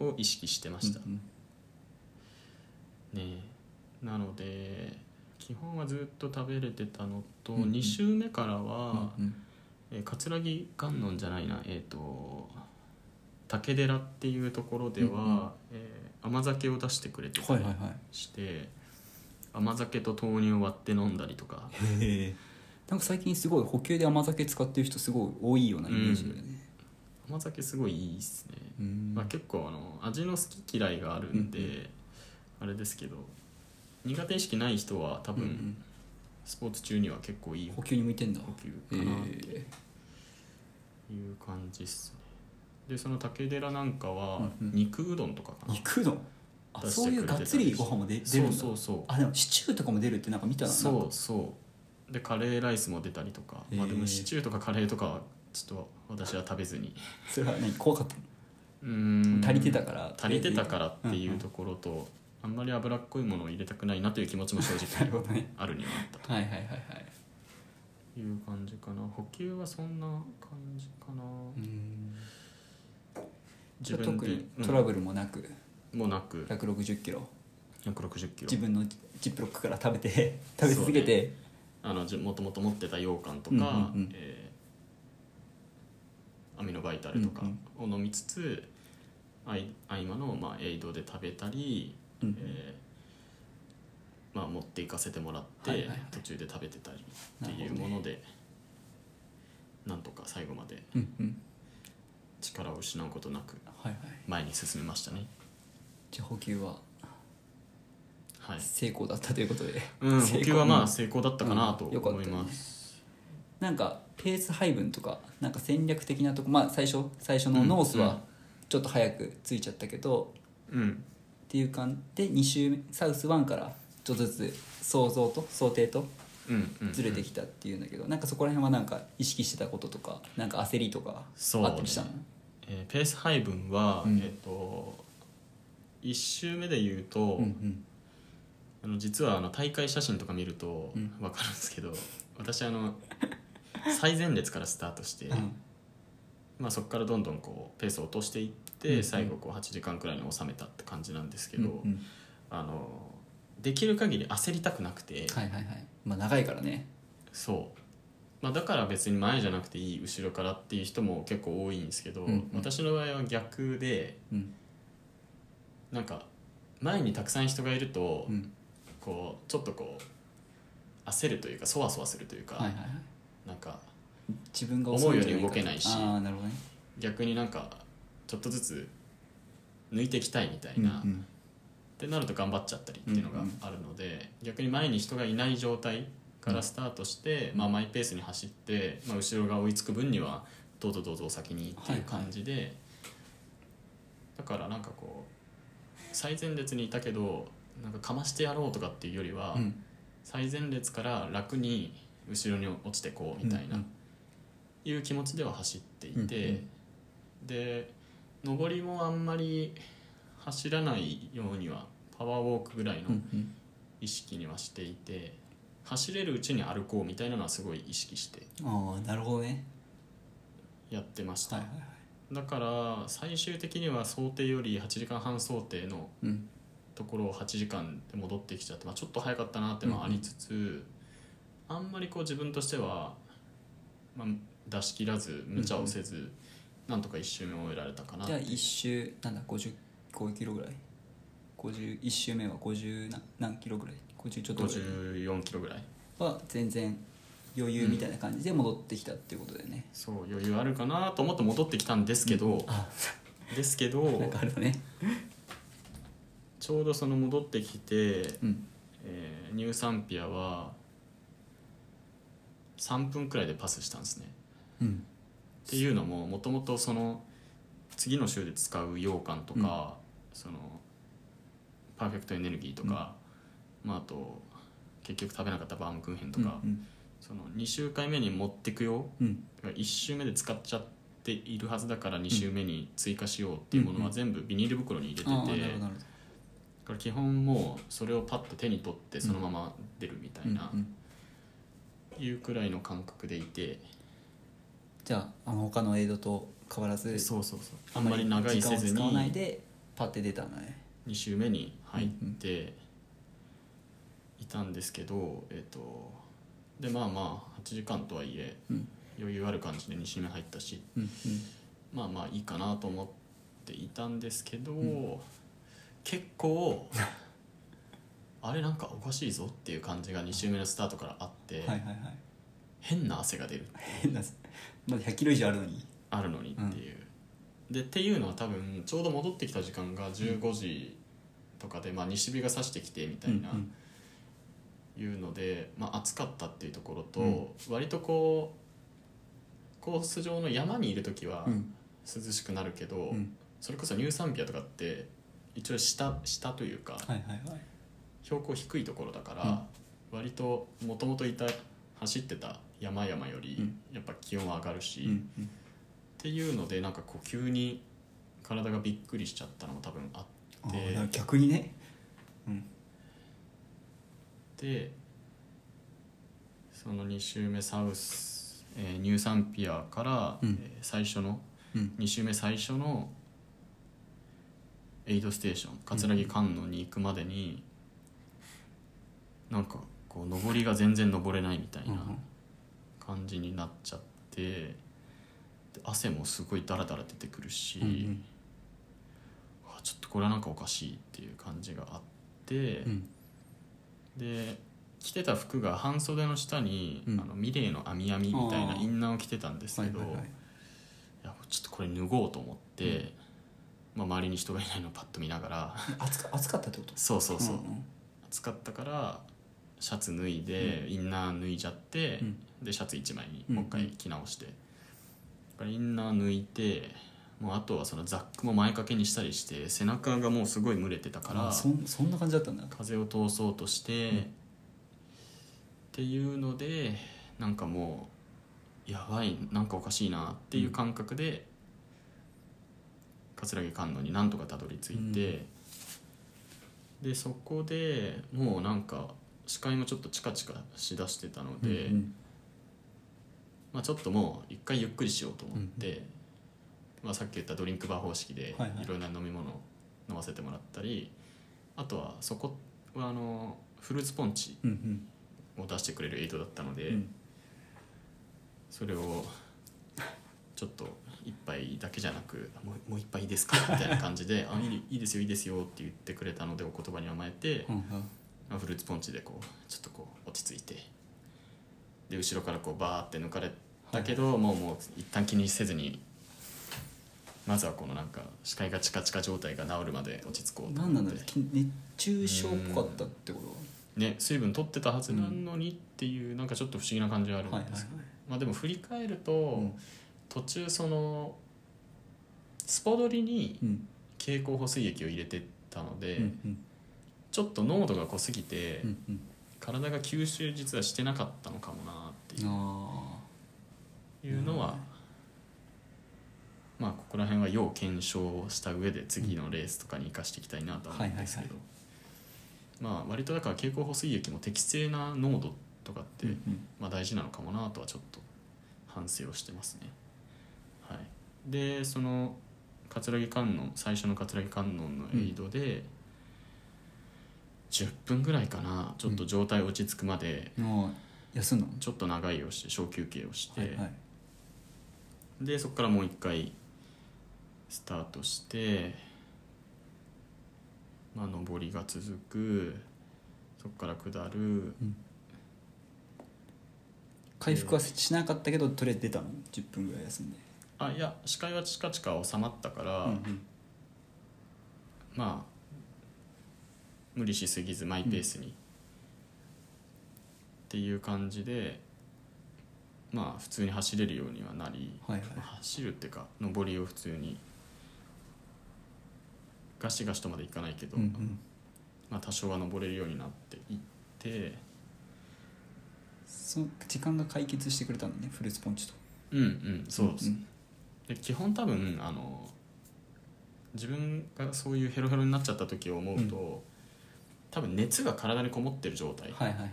S1: うを意識してました
S2: うんうん
S1: ねなので基本はずっと食べれてたのと
S2: うんうん
S1: 2週目からは
S2: うんうん
S1: えー葛城観音じゃないなえっと竹寺っていうところではえー甘酒を出してくれてた
S2: はい
S1: り
S2: はいは
S1: して甘酒と豆乳を割って飲んだりと か
S2: いへえなんか最近すごい補給で甘酒使ってる人すごい多いようなイメージだよね
S1: 甘酒すごいいいっすね、
S2: うん
S1: まあ、結構あの味の好き嫌いがあるんで、
S2: うんう
S1: あれですけど苦手意識ない人は多
S2: うんう
S1: 分
S2: ん
S1: スポーツ中には結構いい
S2: 補
S1: 補
S2: 給に向いてんだ
S1: 給か
S2: へ
S1: なっ
S2: え
S1: ていう感じっすねでその竹寺なんかは
S2: うんうん
S1: 肉うどんとかかな、
S2: 肉うどんあ
S1: 出して
S2: そう
S1: くれ
S2: い
S1: て
S2: う
S1: た
S2: がっ
S1: り
S2: つりご飯も出出るん
S1: そうそ
S2: だ
S1: うそう
S2: あでもシチューとかも出るってなんか見たななん
S1: そ
S2: か
S1: うそうでカレーライスも出たりとか、まあ、で
S2: へ
S1: も
S2: え
S1: シチューとかカレーとかはちょっと私は食べずに
S2: それは何怖かったの
S1: うーん
S2: 足りてたから
S1: 足りてたからっていうところと、あんまり脂っこいものを入れたくないなという気持ちも正
S2: な
S1: 直
S2: るほどね
S1: あるにはあった
S2: はいはいはいはい
S1: という感じかな補給はそんな感じかな
S2: うんじ
S1: 自
S2: ゃあ
S1: 分
S2: 特
S1: で
S2: に
S1: うん
S2: トラブルもなく
S1: もうなく
S2: 160キロ
S1: 160キロ
S2: 自分のジップロックから食 べて食べ続けて
S1: あのじもともと持ってた羊羹とか、
S2: うんうんうん
S1: えーアミノバイタルとかを飲みつつ、あい合間の、まあ、エイドで食べたり、
S2: うん
S1: えーまあ、持って行かせてもらって、
S2: はいはいはい
S1: 途中で食べてたりって
S2: ないる
S1: う
S2: ほど
S1: も
S2: ね
S1: ので、なんとか最後まで
S2: うんうん
S1: 力を失うことなく
S2: はいはい
S1: 前に進めましたね。
S2: じゃあ補給は
S1: はい
S2: 成功だったということで、
S1: うん、
S2: 成
S1: 補
S2: 功
S1: 給はまあ成功だったかなと
S2: うんよかった
S1: 思い
S2: ね
S1: ます。
S2: なんかペース配分とかなんか戦略的なとこまあ最初最初のノース
S1: うんうん
S2: はちょっと早くついちゃったけど、
S1: うん、
S2: っていう感じで2周目サウス1からちょっとずつ想像と想定と
S1: うん、うん、
S2: ずれてきたっていうんだけど、なんかそこら辺はなんか意識してたこととかなんか焦りとか
S1: そうね
S2: あったりしたの
S1: えーペース配分は、
S2: うん
S1: えっと1周目で言うと、
S2: うんうん
S1: あの実はあの大会写真とか見ると
S2: うん
S1: 分かるんですけど、私あの最前列からスタートして、
S2: うん
S1: まあ、そこからどんどんこうペースを落としていって、
S2: うんうん
S1: 最後こう8時間くらいに収めたって感じなんですけ
S2: うん
S1: ど、
S2: うん
S1: あのできる限り焦りたくなくて、
S2: はいはいはいまあ長いからね
S1: そう、まあ、だから別に前じゃなくていい後ろからっていう人も結構多いんですけど、
S2: うんうん
S1: 私の場合は逆で
S2: うん
S1: なんか前にたくさん人がいると、
S2: うん
S1: こうちょっとこう焦るというかそわそわするというか、
S2: はいはいはい
S1: なんか
S2: 自分が遅んじゃな
S1: 思うより
S2: い
S1: 動
S2: か
S1: けないし
S2: ああなるほどね
S1: 逆になんかちょっとずつ抜いていきたいみたいな、
S2: うんう
S1: っ
S2: ん
S1: てなると頑張っちゃったりっていうのがあるので、逆に前に人がいない状態からスタートして、まあ、マイペースに走って、まあ、後ろが追いつく分にはどうぞどうぞお先にっていう感じで、だからなんかこう最前列にいたけどなんかかましてやろうとかっていうよりは、
S2: うん
S1: 最前列から楽に後ろに落ちてこうみたいな、
S2: うん
S1: いう気持ちでは走っていて、
S2: うんうん
S1: で上りもあんまり走らないようにはパワーウォークぐらいの
S2: うん
S1: 意識にはしていて、走れるうちに歩こうみたいなのはすごい意識して
S2: うん、ああなるほどね
S1: やってました、
S2: はいはいはい
S1: だから最終的には想定より8時間半想定の
S2: うん
S1: ところを8時間で戻ってきちゃって、まあ、ちょっと早かったなってもありつつ、あんまりこう自分としては、まあ、出し切らず無茶をせず、なんとか一周目を終えられたかな
S2: じゃあ1周なんだ55キロぐらい51周目は50な何キロぐらい50ちょっとぐらい
S1: 54キロぐらい
S2: は全然余裕みたいな感じで戻ってきたっていうことだよね、
S1: そう余裕あるかなと思って戻ってきたんですけど、
S2: あ
S1: ですけ
S2: なん
S1: ど
S2: かあるのね
S1: ちょうどその戻ってきて、
S2: うん
S1: えーニューサンピアは3分くらいでパスしたんですね
S2: うん
S1: っていうのももともとその次の週で使う羊羹とか、そのパーフェクトエネルギーとか、まあ、あと結局食べなかったバームクーヘンとか、
S2: うん
S1: その2週回目に持ってくよ
S2: うん
S1: 1週目で使っちゃっているはずだから2週目に追加しようっていうものは全部ビニール袋に入れてて、
S2: ああなるほど
S1: だ
S2: なるほ
S1: から基本もうそれをパッと手に取ってそのまま出るみた
S2: ど、
S1: いな
S2: うんうん
S1: いうくらいの感覚でいて、
S2: じゃああの他のエイドと変わらず
S1: そうそうそうあんまり長いせず
S2: 時間を使わない
S1: に
S2: でパッて出たんだね
S1: 2週目に入っていたんですけど、えっ、とでまあまあ8時間とはいえ
S2: うん
S1: 余裕ある感じで2週目入ったし
S2: うん
S1: まあまあいいかなと思っていたんですけど、結構 あれなんかおかしいぞっていう感じが2週目のスタートからあって、
S2: うんはいはいはい
S1: 変な汗が出る
S2: 変なまだ100キロ以上あるのに
S1: あるのにっていう。でっていうのは多分ちょうど戻ってきた時間が15時とかで、まあ、西日が差してきてみたいな。
S2: うん
S1: いうので、まあ、暑かったっていうところと、
S2: うん
S1: 割とこうコース上の山にいる時は
S2: うん
S1: 涼しくなるけど、
S2: うん
S1: それこそニューサンピアとかって一応下下というか、
S2: はいはいはい
S1: 標高低いところだから、割ともともといた走ってた山々よ
S2: う
S1: り
S2: ん
S1: やっぱ気温は上がるし、
S2: う
S1: っ
S2: んうん
S1: ていうのでなんかこう急に体がびっくりしちゃったのも多分あっ
S2: ああ
S1: で
S2: だから逆にねうん
S1: でその2周目サウス、えーニューサンピアから、
S2: うん
S1: えー最初の
S2: うん
S1: 2周目最初のエイドステーション葛城観音に行くまでに、なんかこう上りが全然登れないみたいな
S2: うんうん
S1: 感じになっちゃってで汗もすごいダラダラ出てくるし、
S2: うん
S1: あちょっとこれはなんかおかしいっていう感じがあって。
S2: うん
S1: で着てた服が半袖の下に、
S2: うん
S1: あのミレーの編み編みみたいな
S2: あー
S1: インナーを着てたんです
S2: は
S1: け
S2: い
S1: ど、
S2: はい
S1: い
S2: はい
S1: やちょっとこれ脱ごうと思って、
S2: うん
S1: まあ、周りに人がいないのをパッと見なが ら
S2: 暑か暑かったってこと
S1: そうそうそう、
S2: んん
S1: 暑かったからシャツ脱いで、インナー脱いじゃって、
S2: うん
S1: でシャツ1枚に
S2: うん
S1: もう一回着直して、だからインナー脱いでもうあとはそのザックも前掛けにしたりして背中がもうすごい蒸れてたから
S2: あそんそんな感じだったんだ
S1: 風を通そうとして、
S2: うん
S1: っていうのでなんかもうやばいなんかおかしいなっていう感覚で、葛城観音になんとかたどり着いて、でそこでもうなんか視界もちょっとチカチカしだしてたので、
S2: うん
S1: まあ、ちょっともう一回ゆっくりしようと思って、まあ、さっき言ったドリンクバー方式で
S2: はいはい
S1: いろいろな飲み物を飲ませてもらったり、あとはそこはあのフルーツポンチ
S2: うんうん
S1: を出してくれるエイドだったので、
S2: うん
S1: それをちょっと一杯だけじゃなく「もうもう一杯いいですか?」みたいな感じで「あいいいいですよいいですよ」って言ってくれたのでお言葉に甘えて、
S2: うんうん
S1: まあフルーツポンチでこうちょっとこう落ち着いてで後ろからこうバーって抜かれたけど、もうもう一旦気にせずにまずはこのなんか視界がチカチカ状態が治るまで落ち着こうと
S2: なんな
S1: 思
S2: ん
S1: っ
S2: だろ
S1: て
S2: う、き熱中症っぽかったってこと
S1: ね、水分取ってたはずなのにっていう、なんかちょっと不思議な感じがあるん
S2: はいはい
S1: で
S2: はい
S1: すけど、まあ、でも振り返ると、
S2: うん
S1: 途中そのスポドリに
S2: うん
S1: 蛍光補水液を入れてたので、
S2: うんうん
S1: ちょっと濃度が濃すぎて、
S2: うんうん
S1: 体が吸収実はしてなかったのかもなってい
S2: あ
S1: ういうのは、まあここら辺は要検証した上で次のレースとかに生かしていきたいなとは思うんですけど、
S2: はいは
S1: まあ割とだから蛍光補水液も適正な濃度とかって、
S2: ーうん
S1: まあ、大事なのかもなとはちょっと反省をしてますね。はい、でその葛城観音最初の葛城観音のエイドで、10分ぐらいかなちょっと状態落ち着くまで、
S2: うんあー休んだの
S1: ちょっと長いをして小休憩をして、
S2: はいはい
S1: でそこからもう一回スタートして、まあ、上りが続くそこから下る
S2: 回復はしなかったけどとりあえず出たの10分ぐらい休んで
S1: あいや視界はチカチカ収まったから。
S2: うんうん
S1: まあ無理しすぎずマイペースに、っていう感じでまあ普通に走れるようにはなり、
S2: はいはい
S1: まあ走るっていうか上りを普通にガシガシとまでいかないけど、
S2: うんうん
S1: まあ、多少は登れるようになっていって
S2: その時間が解決してくれたのねフルーツポンチと
S1: うんうんそうです、
S2: ん
S1: で基本多分あの自分がそういうヘロヘロになっちゃった時を思うと、多分熱が体にこもってる状態、
S2: はいはいはい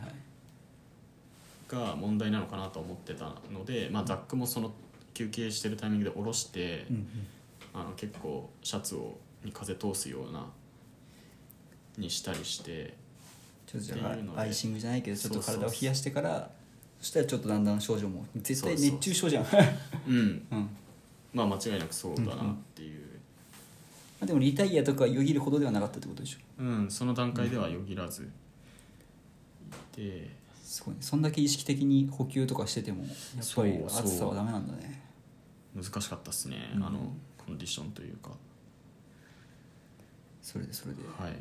S1: が問題なのかなと思ってたので、まあ、ザックもその休憩してるタイミングで下ろして、
S2: うんうん
S1: あの結構シャツをに風通すようなにしたりして
S2: ちょっとじ
S1: っ
S2: ゃ
S1: ていうの
S2: あ
S1: で
S2: アイシングじゃないけどちょっと
S1: そうそう
S2: 体を冷やしてからそしたらちょっとだんだん症状も絶
S1: そう
S2: 対
S1: そう
S2: 熱中症じゃん
S1: うん
S2: うん
S1: まあ間違いなくそうだなっていう、
S2: まあでもリタイアとかよぎるほどではなかったってことでしょ
S1: うんその段階ではよぎらず、です
S2: ごいねそんだけ意識的に補給とかしててもやっぱり
S1: そうそう
S2: 暑さはダメなんだね
S1: 難しかったっすね、
S2: うん
S1: あのコンディションというか
S2: それでそれで
S1: はい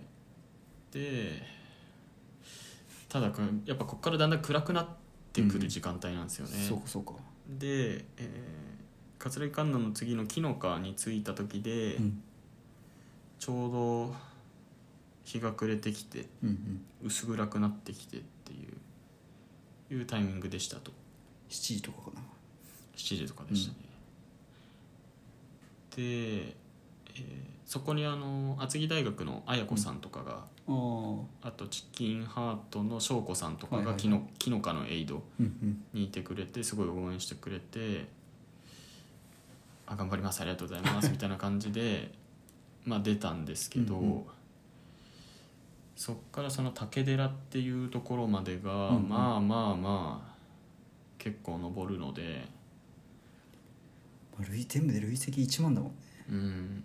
S1: でただこれやっぱここからだんだん暗くなってくる時間帯なんですよね、
S2: そうかそうか
S1: で、えー、葛飾観音の次の紀の川に着いた時で、
S2: うん
S1: ちょうど日が暮れてきて
S2: うんうん
S1: 薄暗くなってきてっていういうタイミングでしたと
S2: 7時とかかな
S1: 7時とかでしたね、で、えーそこにあの厚木大学の綾子さんとかが、
S2: ああうん
S1: あとチキンハートの翔子さんとか
S2: はいは
S1: が
S2: いはい
S1: 紀の,、紀の川のエイド
S2: うん
S1: にいてくれてすごい応援してくれて「あ頑張りますありがとうござい ます」みたいな感じでまあ出たんですけど、
S2: うんうん
S1: そっからその竹寺っていうところまでが、
S2: うんうん
S1: まあまあまあ結構登るので
S2: まあ累全部で累積1万だもんね
S1: うん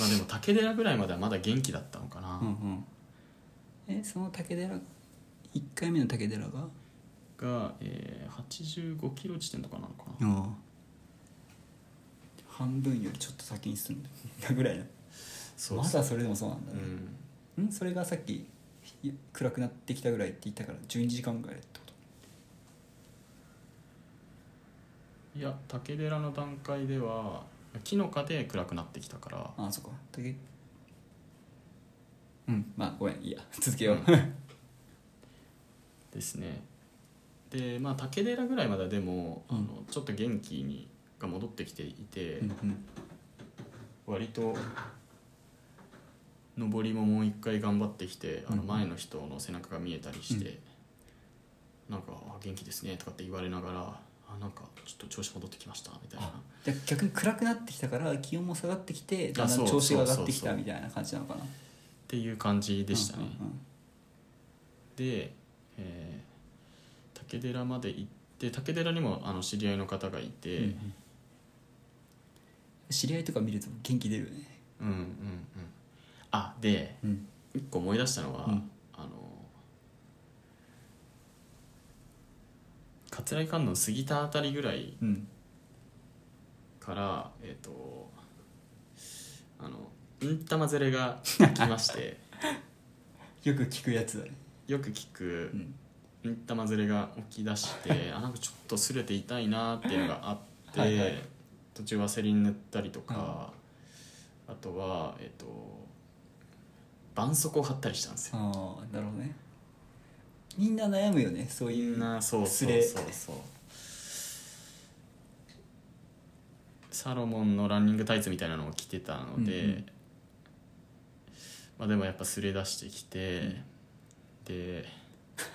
S1: まあでも竹寺ぐらいまではまだ元気だったのかな、
S2: うんうんえその竹寺1回目の竹寺があ
S1: が、えー、85キロ地点とかなのかな、
S2: あ半分よりちょっと先に進んだぐらいな
S1: そう
S2: まだそれでもそうなんだ
S1: う
S2: ね、
S1: ん
S2: んそれがさっきい暗くなってきたぐらいって言ったから12時間ぐらいってこと
S1: いや竹寺の段階では木の花で暗くなってきたから
S2: ああそっかだけうんまあごめんいいや 続けよう、
S1: ですねでまあ竹寺ぐらいまででも、
S2: うん
S1: あのちょっと元気にが戻ってきていて、
S2: うんうん
S1: 割と上りももう一回頑張ってきてあの
S2: うん
S1: 前の人の背中が見えたりして、なんかあ「元気ですね」とかって言われながら「あなんかちょっと調子戻ってきました」みたいな
S2: じゃあ逆に暗くなってきたから気温も下がってきてだんだ
S1: そ
S2: ん
S1: う
S2: 調子が上がっ
S1: そうそう
S2: てき
S1: そ
S2: た
S1: う
S2: みたいな感じなのかな
S1: っていう感じでしたね。
S2: うんうんうん
S1: で、えー竹寺まで行って竹寺にもあの知り合いの方がいて、
S2: うんうん知り合いとか見ると元気出るよね
S1: うんうんうんあで
S2: うん
S1: 一個思い出したのは、
S2: うん
S1: あの桂井観音過ぎたあたりぐらい
S2: うん
S1: からえっ、とあのうんたまずれが来まして
S2: よく聞くやつだね
S1: よく聞く
S2: うん
S1: うんたまずれが起き出 してあなんかちょっとすれて痛いなっていうのがあって
S2: はいはい
S1: 途中ワセリン塗ったりとか、あとはえっ、と絆創膏を貼ったりしたんですよ
S2: ああなるほどねみんな悩むよねそう
S1: み
S2: いうん
S1: なそう
S2: す
S1: そう
S2: れ
S1: そうそうサロモンのランニングタイツみたいなのを着てたので、
S2: うんうん
S1: まあでもやっぱすれ出してきて、で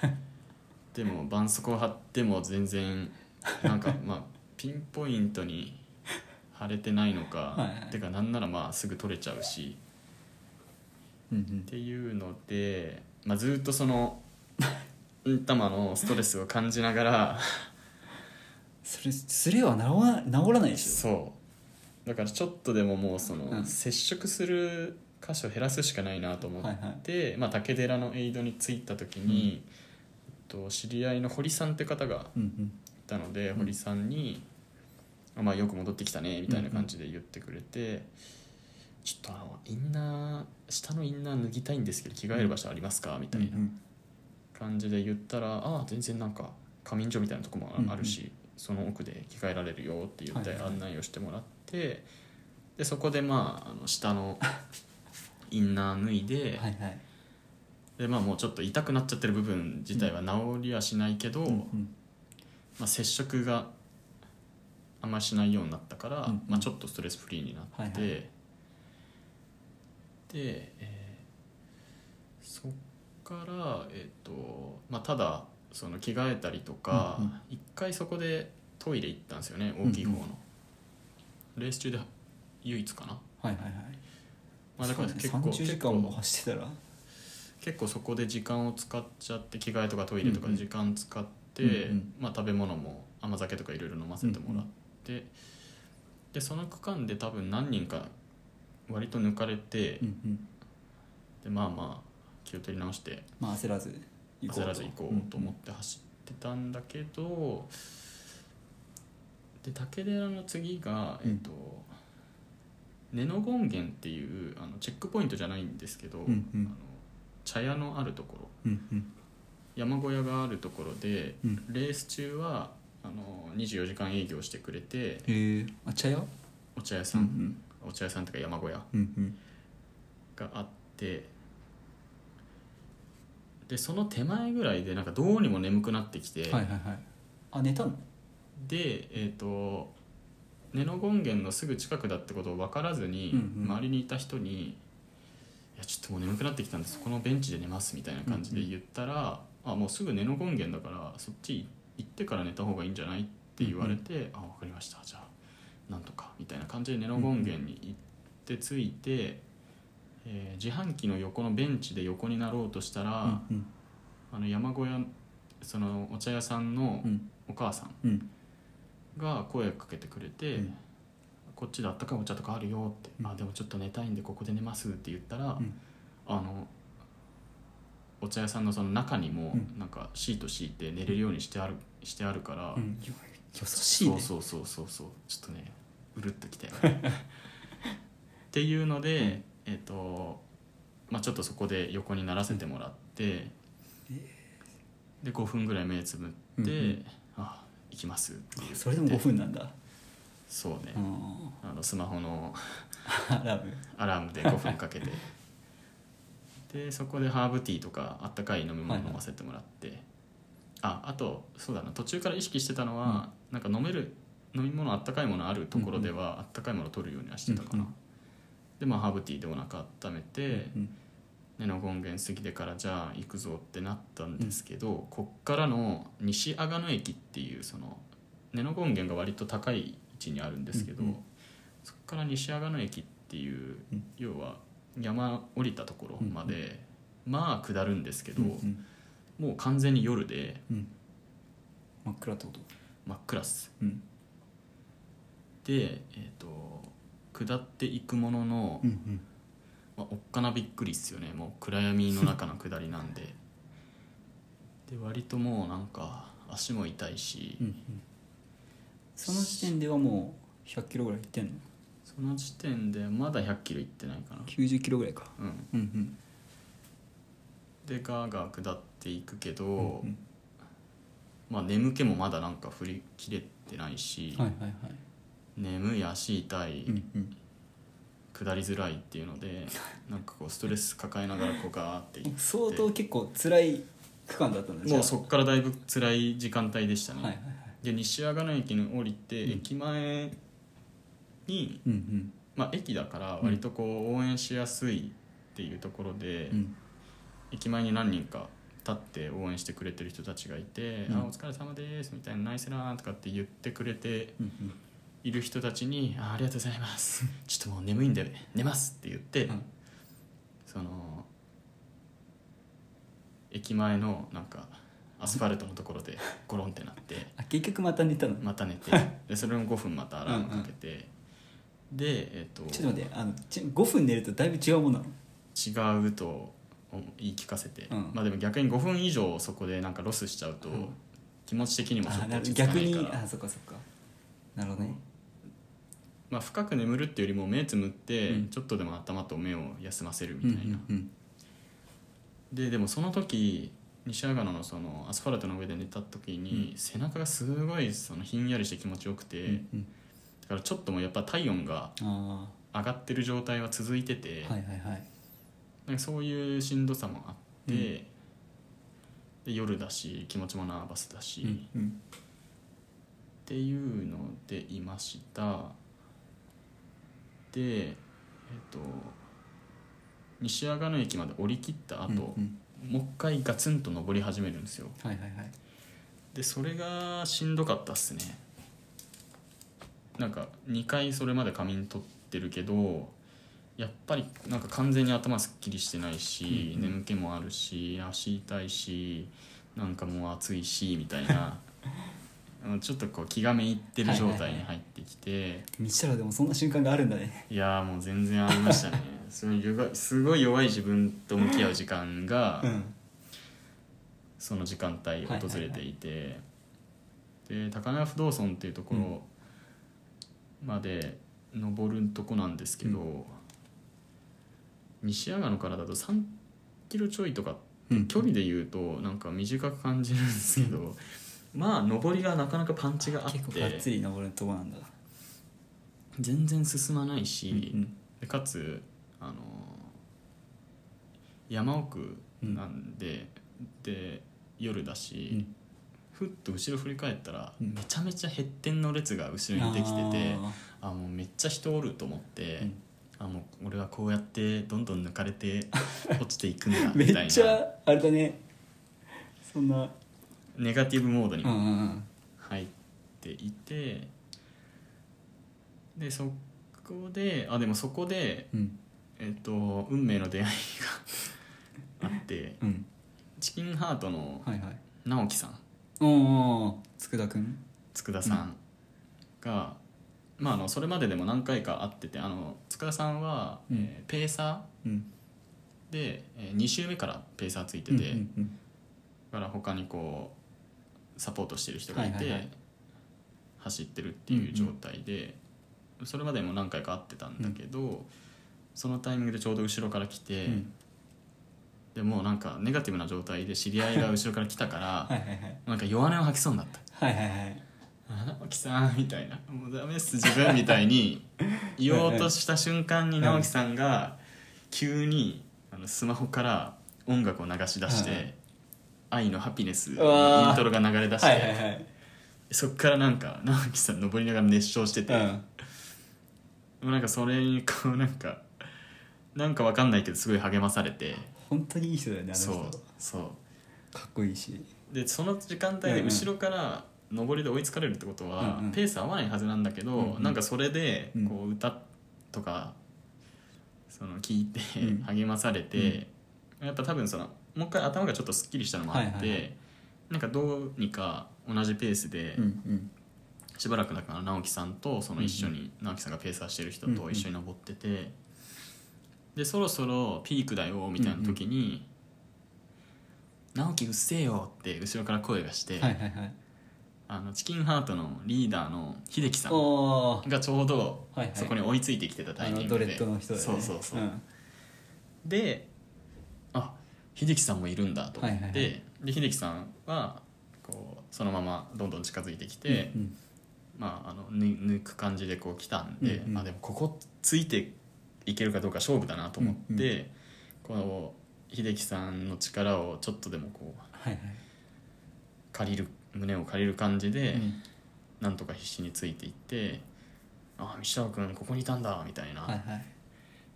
S1: でも絆創膏貼っても全然なんかまあピンポイントに腫れてないのか、
S2: はいはい
S1: てかなんならまあすぐ取れちゃうし
S2: うんう
S1: っ
S2: ん
S1: ていうので、まあ、ずっとそ のうんたまのストレスを感じながら
S2: それすれは治ら治らないでしょ
S1: そうだからちょっとでももうその、
S2: うん
S1: 接触する箇所を減らすしかないなと思って、
S2: はいはい
S1: まあ、竹寺のエイドに着いた時に、えっと知り合いの堀さんって方が
S2: うんうん
S1: いたので、
S2: ん
S1: 堀さんに「あまあ、よく戻ってきたね」みたいな感じで言ってくれて。ちょっとあのインナー下のインナー脱ぎたいんですけど着替える場所ありますかみたいな
S2: うん
S1: 感じで言ったら「ああ全然なんか仮眠所みたいなとこもあ
S2: うんうん
S1: あるし、その奥で着替えられるよ」って言って
S2: はいはい
S1: 案内をしてもらって、でそこでまああの下 のインナー脱いで,、
S2: うんはいはい
S1: でまあ、もうちょっと痛くなっちゃってる部分自体は治りはしないけど、
S2: うんうん
S1: まあ、接触があんまりしないようになったから、
S2: うんうん
S1: まあ、ちょっとストレスフリーになって、
S2: はいはい
S1: で、えーそっから、えーとまあ、ただその着替えたりとか
S2: うんうん
S1: 一、回そこでトイレ行ったんですよね大きい方の、
S2: うん
S1: レース中で唯一かな、
S2: はいはいはい
S1: まあ、だから結構、
S2: そうね30
S1: 結
S2: 時間も
S1: 構
S2: 走ってたら
S1: 結構そこで時間を使っちゃって着替えとかトイレとかで時間使って、
S2: うんうん
S1: まあ、食べ物も甘酒とかいろいろ飲ませてもらって、でその区間で多分何人か割と抜かれて、
S2: うんうん
S1: でまあまあ気を取り直して
S2: まあ焦らず行
S1: 焦
S2: こうと
S1: らず行こうと思って走ってたんだけど、で竹寺の次が、えっと根の権現っていうあのチェックポイントじゃないんですけど、
S2: うんうん
S1: あの茶屋のあるところ
S2: うんうん
S1: 山小屋があるところで、
S2: うん
S1: レース中はあの24時間営業してくれて
S2: へえあ茶屋
S1: お茶屋
S2: う
S1: さ、
S2: んうんん
S1: お茶屋さんとか山小屋
S2: うんうん
S1: があってでその手前ぐらいでなんかどうにも眠くなってきて、
S2: はいはいはいあ寝たの
S1: でえっ、と根の権現のすぐ近くだってことを分からずに、
S2: うんうん
S1: 周りにいた人に「いやちょっともう眠くなってきたんでそこのベンチで寝ます」みたいな感じで言ったら「あもうすぐ根の権現だからそっち行ってから寝た方がいいんじゃない?」って言われて「あ分かりましたじゃあなんとか」みたいな感じで根の権現に行って着いて、えー自販機の横のベンチで横になろうとしたら、
S2: うん
S1: あの山小屋そのお茶屋さんの
S2: うん
S1: お母さん
S2: うん
S1: が声をかけてくれて、
S2: うん
S1: こっちであったかいお茶とかあるよって、
S2: うん
S1: あでもちょっと寝たいんでここで寝ますって言ったら、
S2: うん
S1: あのお茶屋さんのその中にも
S2: うん
S1: なんかシート敷いて寝れるようにしてあるしてあるから、
S2: うんよ優しいね
S1: そうそうそうそうそうちょっとねうるっときたよ っていうのでえっ、とまあちょっとそこで横にならせてもらって、で5分ぐらい目つぶって「
S2: うんうん
S1: あ行きます」って言って
S2: それでも5分なんだ
S1: そうね、
S2: うん
S1: あのスマホの
S2: ラブ
S1: アラームで5分かけてでそこでハーブティーとかあったかい飲み物飲ませてもらって、ああとそうだな途中から意識してたのは、なんか飲める飲み物あったかいものあるところでは、あったかいもの取るようにはしてたかな、
S2: うんうん
S1: でまあハーブティーでお腹温めて、
S2: うん
S1: 根の権現過ぎてからじゃあ行くぞってなったんですけど、こっからの西阿賀野駅っていうその根の権現が割と高い位置にあるんですけど、
S2: うんうん
S1: そこから西阿賀野駅っていう、
S2: うん
S1: 要は山降りたところまで、まあ下るんですけど、
S2: うんうん
S1: もう完全に夜で
S2: うん真っ暗ってこと
S1: 真っ暗っす
S2: うん
S1: でえっ、と下っていくものの、
S2: うん
S1: まあ、おっかなびっくりっすよねもう暗闇の中の下りなん でで割ともうなんか足も痛いし、
S2: うんうんその時点ではもう100キロぐらいいってんの
S1: その時点でまだ1 0 0キロ行ってないかな
S2: 90キロぐらいか
S1: うん
S2: うんうん
S1: でガーガー下っていくけど、
S2: うん
S1: まあ眠気もまだなんか振り切れてないし、
S2: はいはいはい
S1: 眠い足痛い、
S2: うんうん
S1: 下りづらいって いうのでなんかこうストレス抱えながらこうガーって行って
S2: 相当結構辛い区間だったんだじゃあ
S1: もうそこからだいぶ辛い時間帯でしたね、
S2: はいはいはい
S1: で西阿賀野駅に降りて、
S2: うん
S1: 駅前に、
S2: うんうん
S1: まあ、駅だから割とこう応援しやすいっていうところで、
S2: うん
S1: 駅前に何人か立って応援してくれてる人たちがいて「
S2: うん
S1: あお疲れ様です」みたいな「ナイスラン」とかって言ってくれて
S2: うんうん
S1: いる人たちに「あありがとうございます」 「ちょっともう眠いんで寝ます」って言って、
S2: うん
S1: その駅前のなんかアスファルトのところでゴロンってなって。
S2: あ結局また寝たの、
S1: また寝 てでそれも5分またアラームかけて、でえっ、
S2: ちょっと待ってあのち5分寝るとだいぶ違うものなの
S1: と違うと言い聞かせて、
S2: うん
S1: まあでも逆に5分以上そこでなんかロスしちゃうと、
S2: うん
S1: 気持ち的にもちょ
S2: あ
S1: っと
S2: なる
S1: 落ち着か
S2: 逆
S1: ない
S2: に
S1: から
S2: あそっかそっかなるほどね
S1: まあ、深く眠るっていうよりも目つむって、
S2: うん
S1: ちょっとでも頭と目を休ませるみたいな、
S2: うんうん
S1: ででもその時西阿賀野のそのアスファルトの上で寝た時に、背中がすごいそのひんやりして気持ちよくて、
S2: うんうんうん
S1: だからちょっともうやっぱ体温が
S2: あ
S1: 上がってる状態は続いてて、
S2: あはいはいはい
S1: なんかそういうしんどさもあって、
S2: うん
S1: で夜だし気持ちもナーバスだし、っ
S2: うん
S1: ていうのでいましたでえっと西阿賀野駅まで降り切った後、
S2: うん
S1: もう一回ガツンと登り始めるんですよ
S2: うんはいはいはい
S1: でそれがしんどかったっすねなんか2回それまで仮眠取ってるけどやっぱりなんか完全に頭すっきりしてないし、
S2: うんうん
S1: 眠気もあるし足痛いしなんかもう暑いしみたい なあのちょっとこう気がめいってる状態に入ってきて、い
S2: ミシャラでもそんな瞬間があるんだね
S1: やーもう全然ありましたねすごい弱いすごい弱い自分と向き合う時間 が、
S2: うん
S1: その時間帯
S2: はいはいはい
S1: 訪れていて、で高輪不動尊っていうところまで登るとこなんですけど、西阿賀野からだと3キロちょいとか
S2: うん
S1: 距離で言うとなんか短く感じるんですけど、まあ登りがなかなかパンチがあっ
S2: 結構がってつり登るとこなんだ
S1: 全然進まないし、
S2: うん
S1: でかつあの山奥なんで、で夜だし、
S2: うん
S1: ふっと後ろ振り返ったら、
S2: うん
S1: めちゃめちゃ減点の列が後ろにできててあもうめっちゃ人おると思って、
S2: うん
S1: あもう俺はこうやってどんどん抜かれ て落ちていくんだ
S2: め
S1: みたい
S2: っち
S1: な
S2: ゃあれだねそんな
S1: ネガティブモード
S2: う
S1: に
S2: んうんうん
S1: 入っていて、でそこであでもそこで
S2: うん
S1: えっと、運命の出会いがあって
S2: うん
S1: チキンハートの
S2: はいはい
S1: 直樹さん
S2: おーおー佃くん
S1: 佃さんが、まあ、あのそれまででも何回か会っててあの佃さんは、
S2: うん
S1: えーペーサ
S2: うん
S1: ーで、え2週目からペーサーついて
S2: うん
S1: て、
S2: うん
S1: だから他にこうサポートしてる人がいて、
S2: はいはいはい
S1: 走ってるっていう状態で、それまでも何回か会ってたんだけど、そのタイミングでちょうど後ろから来て。
S2: うん
S1: でもうなんかネガティブな状態で知り合いが後ろから来たから、
S2: はいはいはい
S1: なんか弱音を吐きそうになった
S2: はいはいはい
S1: 「直樹さん」みたいな「もうダメっす自分」みたいに言おうとした瞬間に
S2: はいはい
S1: 直樹さんが急にあのスマホから音楽を流し出して「
S2: はいは
S1: 愛のハピネス」
S2: うわー
S1: のイントロが流れ出して、
S2: はいはいはい
S1: そっからなんか直樹さん登りながら熱唱してて、
S2: う
S1: も
S2: ん
S1: うなんかそれにこうなんかなんかわかんないけどすごい励まされて
S2: 本当にいい人だよねあ
S1: そ
S2: の
S1: う
S2: 人
S1: そう。
S2: かっこいいし
S1: でその時間帯で後ろから上りで追いつかれるってことは、
S2: うんうん
S1: ペース合わないはずなんだけど、
S2: うんうん
S1: なんかそれで
S2: うん
S1: こう歌とかその聞いて
S2: うん
S1: 励まされて、やっぱ多分そのもう一回頭がちょっとすっきりしたのもあって、
S2: はいはいはい
S1: なんかどうにか同じペースで
S2: うんうん
S1: しばらくだから直樹さんとその一緒に直樹さんがペーサーしてる人と一緒に登ってて、でそろそろピークだよみたいな時に「直樹うっせえよ」って後ろから声がして、
S2: はいはいはい
S1: あのチキンハートのリーダーの秀樹さん
S2: おー
S1: がちょうど
S2: はいはい
S1: そこに追いついてきてたタ
S2: あ
S1: イミ
S2: の
S1: ン
S2: ド
S1: グ
S2: レ
S1: で、
S2: ッドの人だよ
S1: そ
S2: ね
S1: うそうそう、
S2: ん
S1: であ秀樹さんもいるんだと思って、
S2: はいはいは
S1: で秀樹さんはこうそのままどんどん近づいてきて、
S2: うん
S1: まあ、あのぬ抜く感じでこう来たんで、
S2: うんうん
S1: あでもここついていけるかどうか勝負だなと思って、この秀樹さんの力をちょっとでもこう
S2: はいはい
S1: 借りる胸を借りる感じで、
S2: うん
S1: なんとか必死についていって「ああ道太郎君ここにいたんだ」みたい
S2: はい
S1: な
S2: はい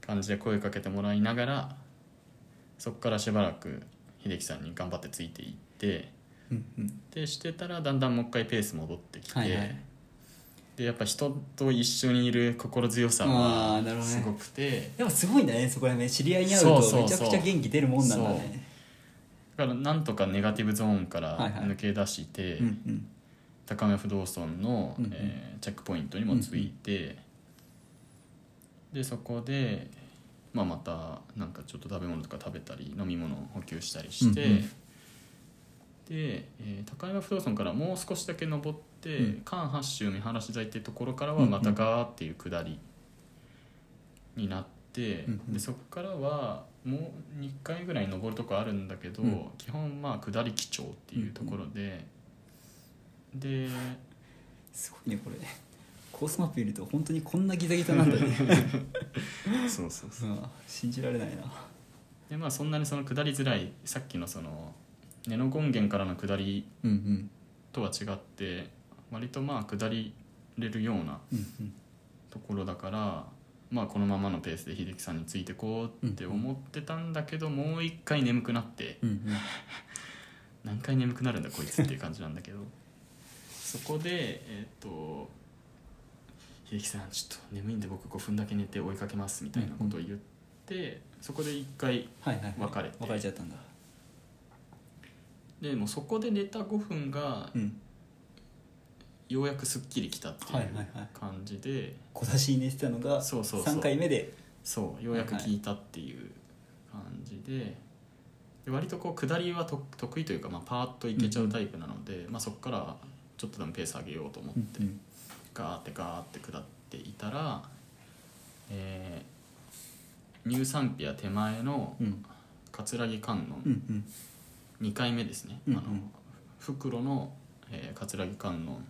S1: 感じで声かけてもらいながらそこからしばらく秀樹さんに頑張ってついていって
S2: うんうん
S1: でしてたらだんだんもう一回ペース戻ってきて、
S2: はいはい
S1: でやっぱ人と一緒にいる心強さ
S2: あーな
S1: は
S2: るほどね
S1: すごくて、
S2: でもすごいんだねそこら辺知り合いに会う
S1: そうそう
S2: と
S1: そう
S2: めちゃくちゃ元気出るもんなんだ
S1: そう
S2: ね
S1: だからなんとかネガティブゾーンから
S2: はいはい
S1: 抜け出して、
S2: うんうん
S1: 高め不動尊の、
S2: うんうん
S1: えーチェックポイントにもついて、でそこで、まあ、またなんかちょっと食べ物とか食べたり飲み物を補給したりして、
S2: うんうん
S1: で、えー高山不動尊からもう少しだけ登って、
S2: うん
S1: 関八州見晴らし台っていうところからはまたガーっていう下りになって、
S2: うんうん
S1: でそこからはもう2回ぐらい登るとこあるんだけど、
S2: うん
S1: 基本まあ下り基調っていうところで、で。
S2: すごいねこれコースマップ見ると本当にこんなギザギザなんだ ね
S1: そうそうそう
S2: うん信じられないなは
S1: でまあそんなにその下りづらいさっきのその根の権現からの下り
S2: いうん
S1: とは違って割とまあ下りれるような
S2: うんうん
S1: ところだからまあこのままのペースで秀樹さんについてこうって思ってたんだけど、もう一回眠くなって
S2: うんうん
S1: 何回眠くなるんだこいつっていう感じなんだけどそこでえーっと「秀樹さんちょっと眠いんで僕5分だけ寝て追いかけます」みたいなことを言って、そこで一回
S2: はいはいはい
S1: 別れて
S2: 別れちゃったんだ
S1: でもうそこで寝た5分が
S2: うん
S1: ようやくすっきりきたってい
S2: はいはいうはい
S1: 感じで、
S2: 小出しに寝てたのが
S1: そうそうそう
S2: 3回目で
S1: そうようやく聞いたっていう感じで,、で割とこう下りはと得意というか、まあ、パーッといけちゃうタイプなので、まあ、そこからちょっとでもペース上げようと思って、
S2: うん
S1: ガーってガーって下っていたら、えー、乳賛否や手前の
S2: うん
S1: 葛城観音
S2: うんうん
S1: 2回目ですね、
S2: うんうん
S1: あの袋の、えー、葛城観音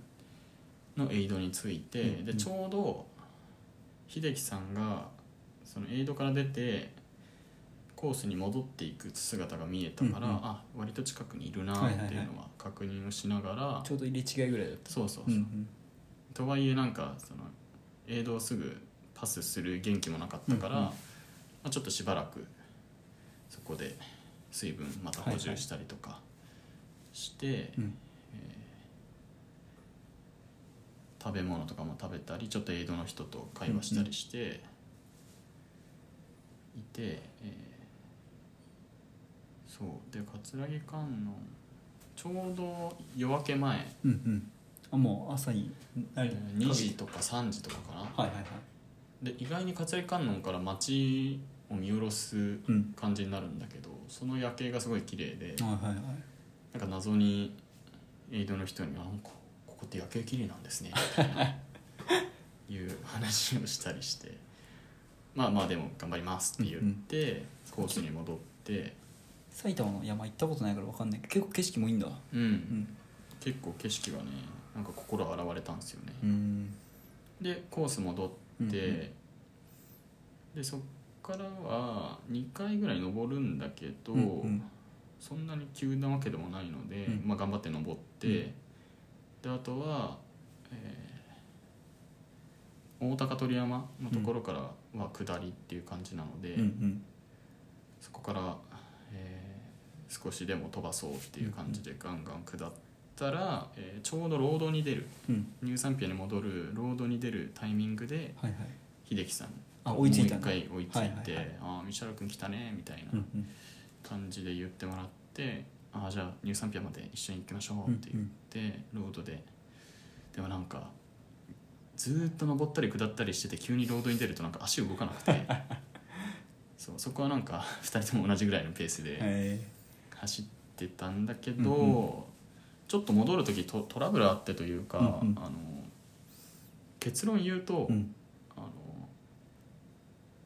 S1: のエイドについて、
S2: うんうん
S1: でちょうど秀樹さんがそのエイドから出てコースに戻っていく姿が見えたから、
S2: うんうん
S1: あ割と近くにいるな
S2: はいはいはい
S1: っていうのは確認をしながら、
S2: ちょうど入れ違いぐらいだった
S1: そうそうそうう、
S2: んうん
S1: とはいえなんかそのエイドをすぐパスする元気もなかったから、
S2: うんうん
S1: まあ、ちょっとしばらくそこで水分また補充したりとかして、
S2: うん
S1: 食べ物とかも食べたりちょっとエイドの人と会話したりして、いて、えーそうで葛城観音ちょうど夜明け前
S2: うんうんあもう朝になる
S1: 2時とか3時とかかな
S2: はいはいはい
S1: で意外に葛西観音から街を見下ろす
S2: うん
S1: 感じになるんだけどその夜景がすごい綺麗で
S2: はいはいはい
S1: なんか謎にエイドの人に「あなんかここって夜景綺麗なんですね」みたいないう話をしたりしてまあまあでも頑張りますって言って、コースに戻って、
S2: 埼玉の山行ったことないから分かんないけど結構景色もいいんだ
S1: うん
S2: うん
S1: 結構景色がねなんか心洗われたんですよね。
S2: うん
S1: でコース戻って、
S2: うんうん
S1: でそっからは2回ぐらい登るんだけど、
S2: うんうん
S1: そんなに急なわけでもないので、
S2: うん
S1: まあ、頑張って登って、
S2: うん
S1: であとは、えー大高鳥山のところからは下りっていう感じなので、
S2: うんうん
S1: そこから、えー少しでも飛ばそうっていう感じでガンガン下ったら、えーちょうどロードに出る
S2: うん
S1: 乳産ピアに戻るロードに出るタイミングで
S2: はいはい
S1: 秀樹さん
S2: あ追いついたん
S1: も
S2: だ
S1: う一回追いついて「
S2: はいはいはい
S1: ああ道原君来たね」みたい
S2: うん
S1: な
S2: うん
S1: 感じで言ってもらって「ああじゃあニューサンピアまで一緒に行きましょう」って言って、ロードででもなんかずーっと登ったり下ったりしてて急にロードに出るとなんか足動かなく てそうそこはなんか2人とも同じぐらいのペースで
S2: へ
S1: 走ってたんだけど、
S2: うん
S1: ちょっと戻る時とトラブルあってというか、
S2: うんうん
S1: あの結論言うと、
S2: えうん
S1: あの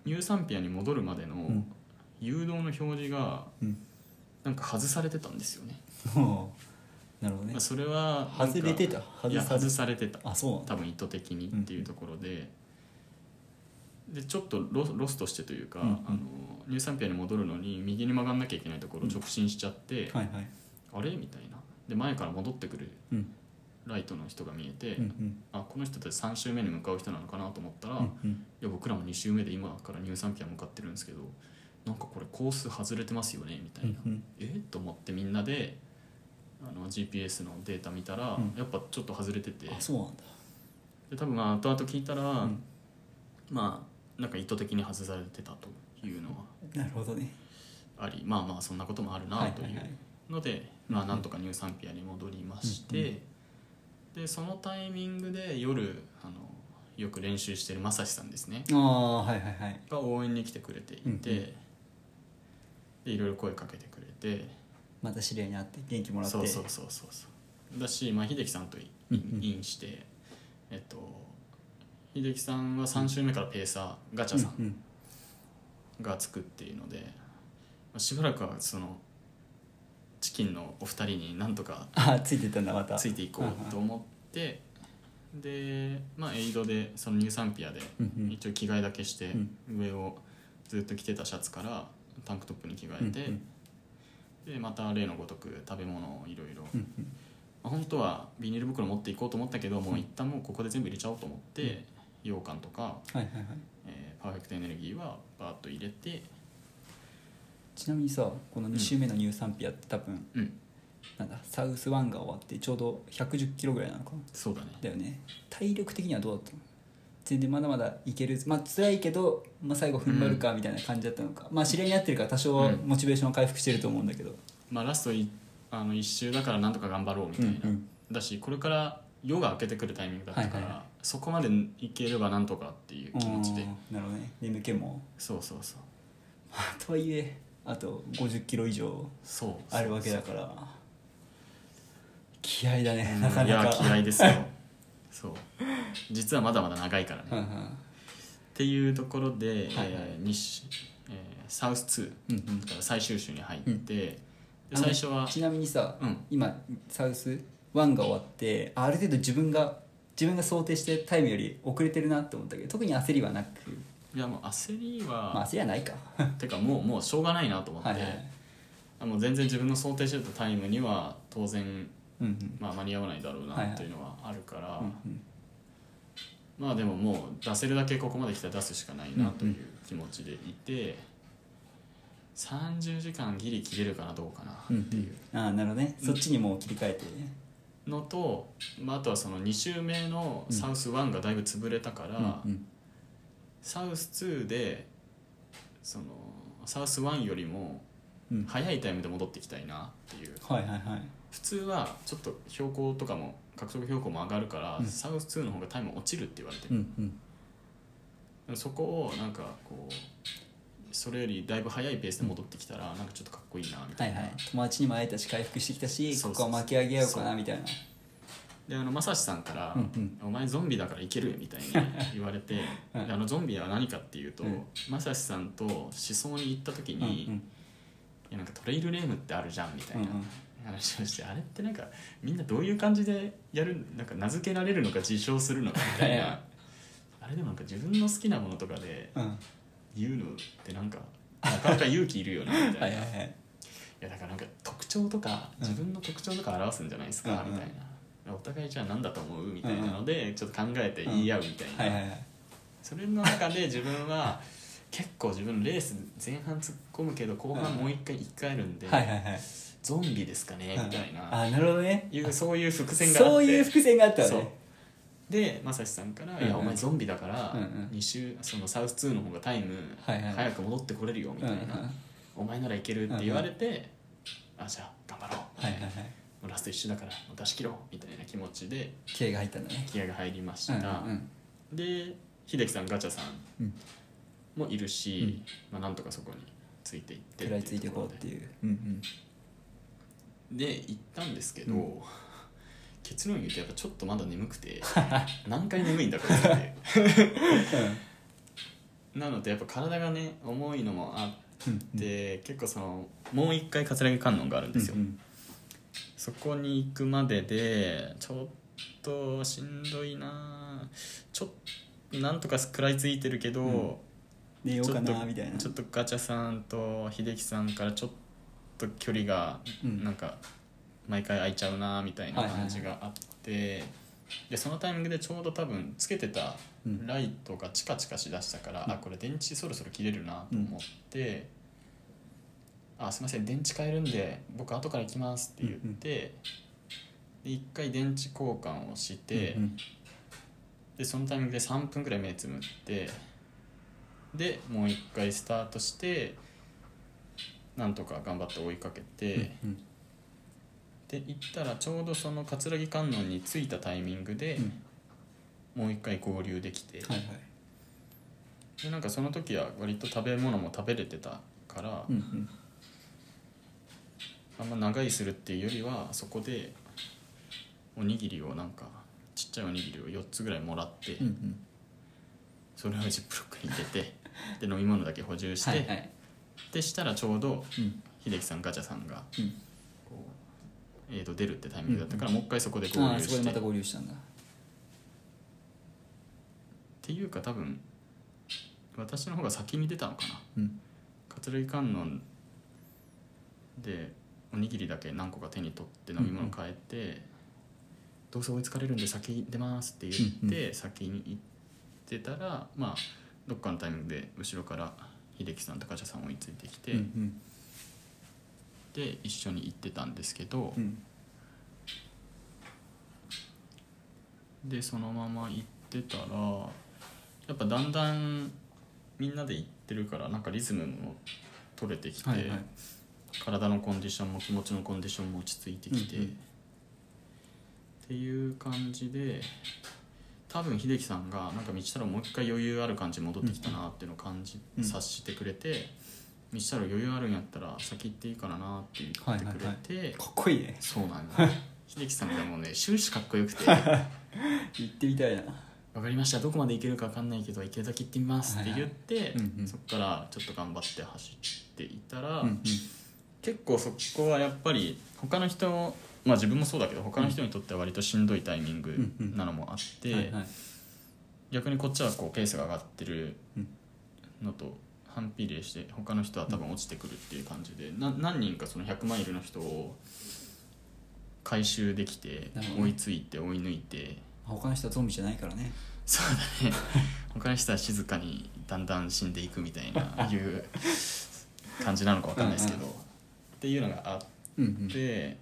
S1: ニューサンピアに戻るまで
S2: う
S1: の
S2: ん
S1: 誘導の表示が
S2: うん
S1: なんか外されてたんですよね。
S2: おーなるほどね
S1: まあそれはなんか
S2: 外れてた
S1: い
S2: 外
S1: や
S2: さ
S1: 外
S2: ず
S1: されてた
S2: あそうなんだ
S1: 多分意図的にっていうところで、でちょっとロロストしてというか、
S2: うんうん
S1: あの乳酸瓶に戻るのに右に曲がんなきゃいけないところを直進しちゃって、
S2: はいはい
S1: あれみたいなで前から戻ってくる
S2: うん
S1: ライトの人が見えて、
S2: うんうん
S1: あこの人たち3周目に向かう人なのかなと思ったら、
S2: う
S1: い
S2: んうん
S1: や僕らも2周目で今から乳酸瓶は向かってるんですけどなんかこれコース外れてますよねみたいな、
S2: うんうん
S1: えっと思ってみんなであの GPS のデータ見たら、
S2: うん
S1: やっぱちょっと外れてて
S2: あそうなんだ
S1: で多分まあ後々聞いたら、
S2: うん
S1: まあなんか意図的に外されてたというのは
S2: なるほどね
S1: ありまあまあそんなこともあるなというので、まあ、なんとか乳酸ピアに戻りまして、でそのタイミングで夜あのよく練習してるまさしさんですね
S2: ああはいはいはい
S1: が応援に来てくれていて、
S2: うんうん
S1: でいろいろ声かけてくれて
S2: また知り合いに会って元気もらって
S1: そうそうそうそうそうだし、まあ、秀樹さんとイ
S2: うん
S1: ン
S2: うん
S1: インして、えっと秀樹さんは3周目からペーサーガチャさん
S2: うんうん
S1: がつくっていうので、まあしばらくはそのチキンのお二人になんとか
S2: あーついてったんだまた
S1: ついていこうと思ってでまあエイドでそのニューサンピアで
S2: うんうん
S1: 一応着替えだけして
S2: うん
S1: 上をずっと着てたシャツからタンクトップに着
S2: うんう
S1: 替え
S2: ん
S1: てでまた例のごとく食べ物をいろいろ
S2: うんうん
S1: まあ本当はビニール袋持っていこうと思ったけどもう一旦もうここで全部入れちゃおうと思って羊羹とか、
S2: はいはいはい
S1: えーパーフェクトエネルギーはバーッと入れて
S2: ちなみにさこの2週目の乳酸ピアって多分、
S1: うん
S2: なんだサウスワンが終わってちょうど1 1 0キロぐらいなのかな
S1: そうだね
S2: だよね体力的にはどうだったの全然まだまだいけるまあ辛いけど、まあ、最後踏ん張るかみたいな感じだったのか、まあ知り合いになってるから多少
S1: うん
S2: モチベーションは回復してると思うんだけど、
S1: まあラストいあの1周だからなんとか頑張ろうみたいな、
S2: うんうん
S1: だしこれから夜が明けてくるタイミングだったから、
S2: はいはいは
S1: そこまでいければなんとかっていう気持ちで
S2: うんなるほどね眠気も
S1: そうそうそう
S2: まあとはいえあと5 0キロ以上
S1: そう
S2: あるわけだから気合だね
S1: うん
S2: なか
S1: い
S2: な
S1: や
S2: か
S1: 嫌いですよそう実はまだまだ長いからね、
S2: うんう
S1: っ
S2: ん
S1: ていうところで、
S2: はいはい
S1: えー西えーサウス2
S2: うんうん
S1: だから最終週に入って、
S2: うん
S1: で
S2: あの
S1: 最初は
S2: ちなみにさ、
S1: うん
S2: 今サウス1が終わってあある程度自分が自分が想定してタイムより遅れてるなって思ったけど特に焦りはなく
S1: いやもう焦りは、
S2: まあ焦りはないか
S1: てかもうもうしょうがないなと思って
S2: はいはい
S1: あもう全然自分の想定してたタイムには当然、
S2: うんうん
S1: まあ、間に合わないだろう
S2: はいは
S1: ないというのはあるから、
S2: うん
S1: まあでももう出せるだけここまで来たら出すしかないなという気持ちでいて、30時間ギリ切れるかなどうかな
S2: う
S1: っ
S2: ん
S1: ていう
S2: ああなるほどね、そっちにもう切り替えて
S1: のと、まあ、あとはその2周目のサウス1がだいぶ潰れたから、
S2: うんうん
S1: サウス2でそのサウス1よりも
S2: うん
S1: 早いタイムで戻ってきたいなっていう
S2: はいはいはい
S1: 普通はちょっと標高とかも獲得標高も上がるから、
S2: うん
S1: サウス2の方がタイム落ちるって言われてる
S2: うんうん
S1: そこをなんかこうそれよりだいぶ早いペースで戻ってきたらなんかちょっとかっこいいなみた
S2: はいい
S1: な、
S2: はい友達にも会えたし回復してきたし
S1: そうそう
S2: ここは巻き上げようかなみたいな
S1: であのまさしさんから
S2: うんうん
S1: お前ゾンビだからいける」みたいに言われ て、
S2: うん
S1: であのゾンビは何かっていうと、
S2: うん
S1: まさしさんと思想に行った時
S2: うんうん
S1: に、いやなんかトレイルレームってあるじゃん」みた
S2: う
S1: い
S2: ん
S1: な
S2: うん
S1: 話をして、あれってなんかみんなどういう感じでやるなんか名付けられるのか自称するのかみたい
S2: はいはい
S1: なあれでもなんか自分の好きなものとかで
S2: うんは
S1: 言うのってなんかなかなか勇気いるよなみたい
S2: い
S1: な。
S2: はいはい
S1: いやだからなんか特徴とか
S2: うん
S1: 自分の特徴とか表すんじゃないですか、
S2: うんうん
S1: みたいなお互いじゃあ何だと思うみたいなのでちょっと考えて言い合うみたいな、
S2: はいはいはい
S1: それの中で 自分は結構自分レース前半突っ込むけど後半もう一回一回るんで、
S2: はいはいはい
S1: ゾンビですかねみたい
S2: あ
S1: な
S2: あなるほどね
S1: いうそういう伏線があって
S2: そういう伏線があったわ
S1: そう
S2: ね
S1: でまさしさんから「
S2: うんうん
S1: いやお前ゾンビだから
S2: うんうん
S1: 2週そのサウス2の方がタイム
S2: はいはい
S1: 早く戻ってこれるよ」みたいな
S2: うんうん
S1: 「お前ならいける」って言われて「あじゃあ頑張ろう」
S2: はいはいはい
S1: もうラスト一緒だからもう出し切ろうみたいな気持ちで
S2: 気合が入ったんだね
S1: 気合が入りまし
S2: う
S1: た、
S2: んうん
S1: で秀樹さんガチャさ
S2: うんん
S1: もいるし、まあ、なんとかそこについていって
S2: 食らいついていこうっていううんうん
S1: でで行ったんですけど、
S2: う
S1: 結論言うとやっぱちょっとまだ眠く て何回眠いんだこれっていうなのでやっぱ体がね重いのもあって、結構そのもう一回葛城観音があるんですよ、
S2: うん
S1: そこに行くまででちょっとしんどいなちょっなんとか食らいついてるけど、
S2: うん寝よう
S1: ちょ
S2: か
S1: っと
S2: なみたいな
S1: ちょっとガチャさんと秀樹さんからちょっと距離が
S2: うん
S1: なんか毎回空いちゃうなみたいな感じがあって、でそのタイミングでちょうど多分つけてた
S2: うん
S1: ライトがチカチカしだしたから、
S2: うん
S1: あこれ電池そろそろ切れるなと思って「あすいません電池変えるんで僕後から行きます」って言って、で1回電池交換をして、
S2: うん
S1: でそのタイミングで3分くらい目つむってでもう1回スタートしてなんとか頑張って追いかけて、
S2: うんうん
S1: で行ったらちょうどその葛城観音に着いたタイミングで、
S2: うん
S1: もう1回合流できて、
S2: はいはい
S1: でなんかその時は割と食べ物も食べれてたから、
S2: うんうん
S1: あんま長居するっていうよりはそこでおにぎりをなんかちっちゃいおにぎりを4つぐらいもらって、
S2: うんうん
S1: それをジップロックに入れてで飲み物だけ補充して、
S2: はいはい
S1: でしたらちょうど
S2: うん
S1: 秀樹さんガチャさんが
S2: うん
S1: こう、えー、と出るってタイミングだったから、もう一回そこで合
S2: ああ
S1: 流
S2: そこで
S1: して
S2: ま
S1: った
S2: 合流したんだ
S1: ていうか多分私の方が先に出たのかな
S2: うん
S1: 葛城観音でおにぎりだけ何個か手に取って飲み物変えて、どうせ追いつかれるんで先出ますって言って先に行ってたら、まあどっかのタイミングで後ろから秀樹さんとガチャさん追いついてきて、
S2: うんうん
S1: で一緒に行ってたんですけど、
S2: うん
S1: でそのまま行ってたらやっぱだんだんみんなで行ってるからなんかリズムも取れてきて、
S2: はいはい
S1: 体のコンディションも気持ちのコンディションも落ち着いてきて、
S2: うんうん
S1: っていう感じで多分秀樹さんがなんか道太郎もう一回余裕ある感じに戻ってきたなっていうのを感じ、
S2: うん
S1: 察してくれて道太郎余裕あるんやったら先行っていいからなって言ってくれて、
S2: かっこいいね
S1: そうなんだ秀樹さんがもうね終始かっこよくて。
S2: 行ってみたいな
S1: わかりましたどこまで行けるかわかんないけど行けるだけ行ってみますって言って、
S2: うんうん
S1: そこからちょっと頑張って走っていたら、
S2: うんうん
S1: 結構そこはやっぱり他の人まあ自分もそうだけど他の人にとっては割としんどいタイミング
S2: うんうん
S1: なのもあって、
S2: はいはい
S1: 逆にこっちはこうペースが上がってるのと反比例して他の人は多分落ちてくるっていう感じで、な何人かその100マイルの人を回収できて
S2: なるほど
S1: 追いついて追い抜いて。
S2: 他の人はゾンビじゃないからね
S1: そう だね他の人は静かにだんだん死んでいくみたいないう感じなのかわかんないですけど、
S2: うん
S1: っていうのがあっ
S2: うんうん
S1: て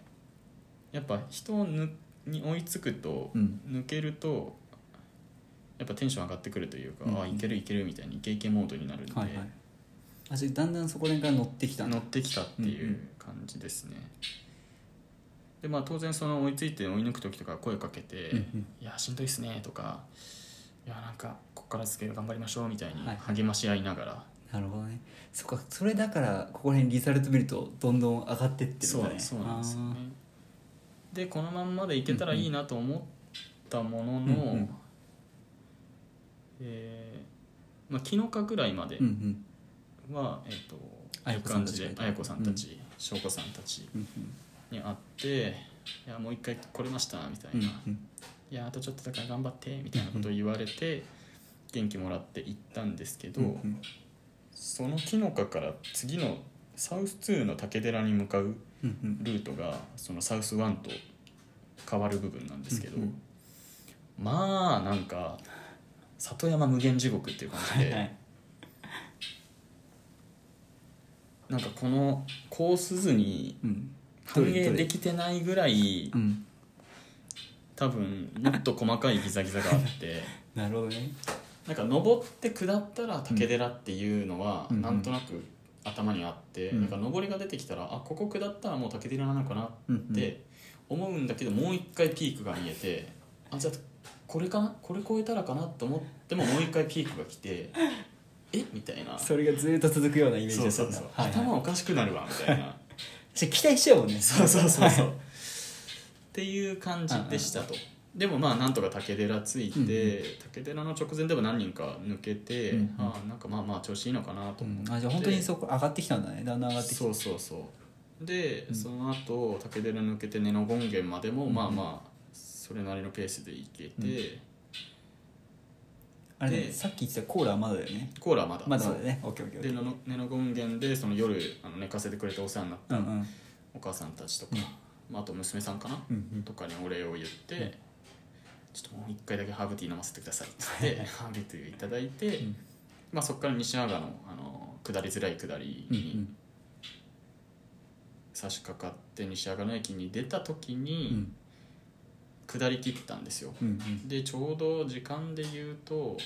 S1: やっぱ人をぬに追いつくと、
S2: うん
S1: 抜けるとやっぱテンション上がってくるというか、
S2: うんうん
S1: あいけるいけるみたいにイケイケモードになるんで、
S2: はいはいあじゃあだんだんそこら辺から乗ってきたんだ
S1: 乗ってきたってい
S2: んう
S1: う感じですね、でまあ当然その追いついて追い抜く時とか声かけて「
S2: うんうん
S1: いやしんどいっすね」とか「いやなんかこっから続け頑張りましょう」みたいに
S2: はい
S1: 励まし合いながら、
S2: なるほどねそっかそれだからここら辺リザルト見るとどんどん上がってってる
S1: そ
S2: んだ
S1: う
S2: ね
S1: そうなんですよ
S2: あ
S1: ね
S2: ー
S1: でこのまんまでいけたらいいなと思ったものの、
S2: うんうん
S1: えーまあ、昨日かぐらいまで
S2: うんうん
S1: は、えっと
S2: あやこさんた
S1: いい感じ
S2: ち
S1: で
S2: がいた
S1: あやこさんたち翔子、さんたち
S2: うん
S1: に会って「いやもう一回来れました」みたい
S2: うんう
S1: な、
S2: んうん
S1: いやあとちょっとだから頑張ってみたいなことを言われて元気もらって行ったんですけど、
S2: うんうん
S1: そのキノカから次のサウス2の竹寺に向かう
S2: うんうん
S1: ルートがそのサウス1と変わる部分なんですけど、
S2: うんうん
S1: まあなんか里山無限地獄っていう感
S2: は
S1: じ
S2: い
S1: で、
S2: はい
S1: なんかこのコース図に
S2: うん
S1: 反映できてないぐらい
S2: うん
S1: 多分もっと細かいギザギザがあって。
S2: なるほどね
S1: なんか登って下ったら竹寺っていうのは
S2: うん
S1: なんとなく頭にあって、
S2: うん
S1: なんか登りが出てきたらあここ下ったらもう竹寺なのかなっ
S2: うんうん
S1: て思うんだけどもう一回ピークが見えてあじゃあこれかなこれ越えたらかなと思って ももう一回ピークが来てえみたいな
S2: それがずっと続くようなイメージ
S1: そ
S2: だ
S1: う
S2: った
S1: そ
S2: ん
S1: う
S2: だ
S1: そう、
S2: はいはい
S1: 頭おかしくなるわみた いな
S2: じゃあ期待しちゃうもんね
S1: そうそうそうそう
S2: は
S1: っていう感じでしたと。でもまあなんとか竹寺ついて、
S2: うん
S1: 竹寺の直前でも何人か抜けて、
S2: うんうん
S1: ああなんかまあまあ調子いいのかなと
S2: う
S1: 思っ
S2: ん
S1: て、
S2: あじゃあ本当にそこ上がってきたんだねだんだん上がってきた
S1: そうそうそうで、その後竹寺抜けて根の権現までも、まあまあそれなりのペースで行けて、
S2: あれねさっき言ってたコーラはまだだよね
S1: コーラはまだ
S2: まだまだだねオッケーオッケーオッケ
S1: で
S2: ー
S1: のの根の権限でその夜あの寝かせてくれてお世話になっ
S2: う
S1: た
S2: んうん
S1: お母さんたちとか、まあ、あと娘さんかな、
S2: うんうん
S1: とかにお礼を言って、ちょっともう一回だけハーブティー飲ませてくださいって 言ってハーブティーをいただいて、
S2: ん
S1: まあ、そこから西長野のあの下りづらい下り
S2: うん
S1: に差し掛かって西長野駅に出た時
S2: う
S1: に
S2: ん
S1: 下り切ったんですよ、
S2: うんうん
S1: でちょうど時間で言うと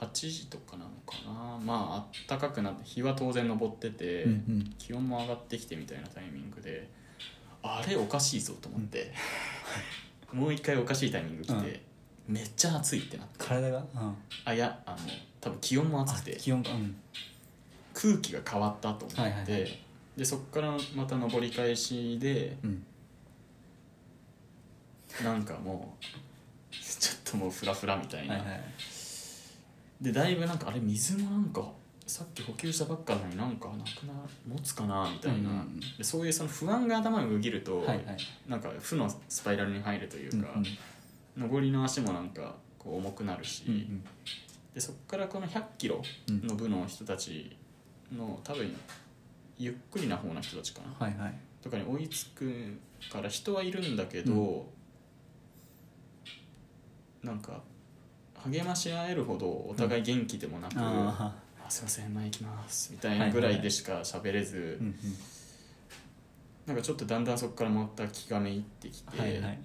S1: 8時とかなのかなまああったかくなって日は当然昇ってて、
S2: うんうん
S1: 気温も上がってきてみたいなタイミングであれおかしいぞと思って、もう一回おかしいタイミング来て、めっちゃ暑いってなって
S2: 体がうん
S1: あいやあの多分気温も暑
S2: あ
S1: くて
S2: 気温がうん
S1: 空気が変わったと思って、
S2: はいはいはい
S1: でそこからまた上り返しで
S2: うん
S1: なんかもうちょっともうフラフラみたいな、
S2: はいはい
S1: でだいぶなんかあれ水もなんかさっき補給したばっかなのになんかなくな持つかなみたいな、
S2: うんうん
S1: でそういうその不安が頭をよぎると、
S2: はいはい
S1: なんか負のスパイラルに入るというか、
S2: うん
S1: 上りの足もなんかこう重くなるし、
S2: うんうん
S1: でそこからこの1 0 0キロ
S2: うん
S1: の部の人たちの多分ゆっくりな方な人たちかな、
S2: はいはい
S1: とかに追いつくから人はいるんだけど、なんか励まし合えるほどお互い元気でもなく「あ
S2: あ
S1: すいません前行きます」みたいなぐらいでしか喋れず、
S2: あうん
S1: なんかちょっとだんだんそこからまた気がめいってき
S2: う
S1: て。
S2: んはいはい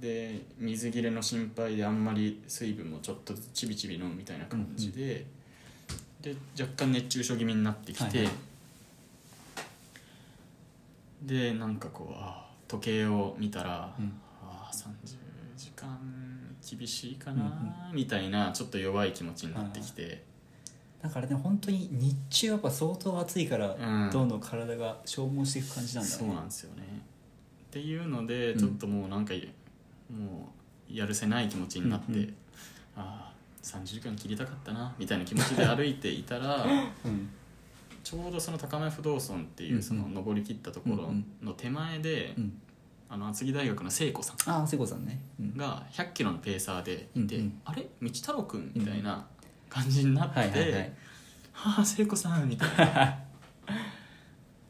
S1: で水切れの心配であんまり水分もちょっとずつちびちび飲むみたいな感じで,、で若干熱中症気味になってきて、
S2: はいは
S1: でなんかこうあー時計を見たら、
S2: うん
S1: あー30時間厳しいかなーみたいなちょっと弱い気持ちになってきて、
S2: だからね本当に日中はやっぱ相当暑いから
S1: うん
S2: どんどん体が消耗していく感じなんだね
S1: そうなんですよね。っていうので
S2: うん
S1: ちょっともうなんか、もうやるせない気持ちになって、
S2: うんうん
S1: ああ30時間切りたかったなみたいな気持ちで歩いていた ら
S2: うん
S1: ちょうどその高め不動尊って
S2: うん
S1: い
S2: うん
S1: うその登り切ったところの手前で、
S2: うん
S1: あの厚木大学の聖子さん
S2: ああ聖子さんねうん
S1: が100キロのペーサーでいて、
S2: うんうん
S1: あれ道太郎くんみたいな感じになって、
S2: はいはいはい
S1: はあ聖子さんみたいな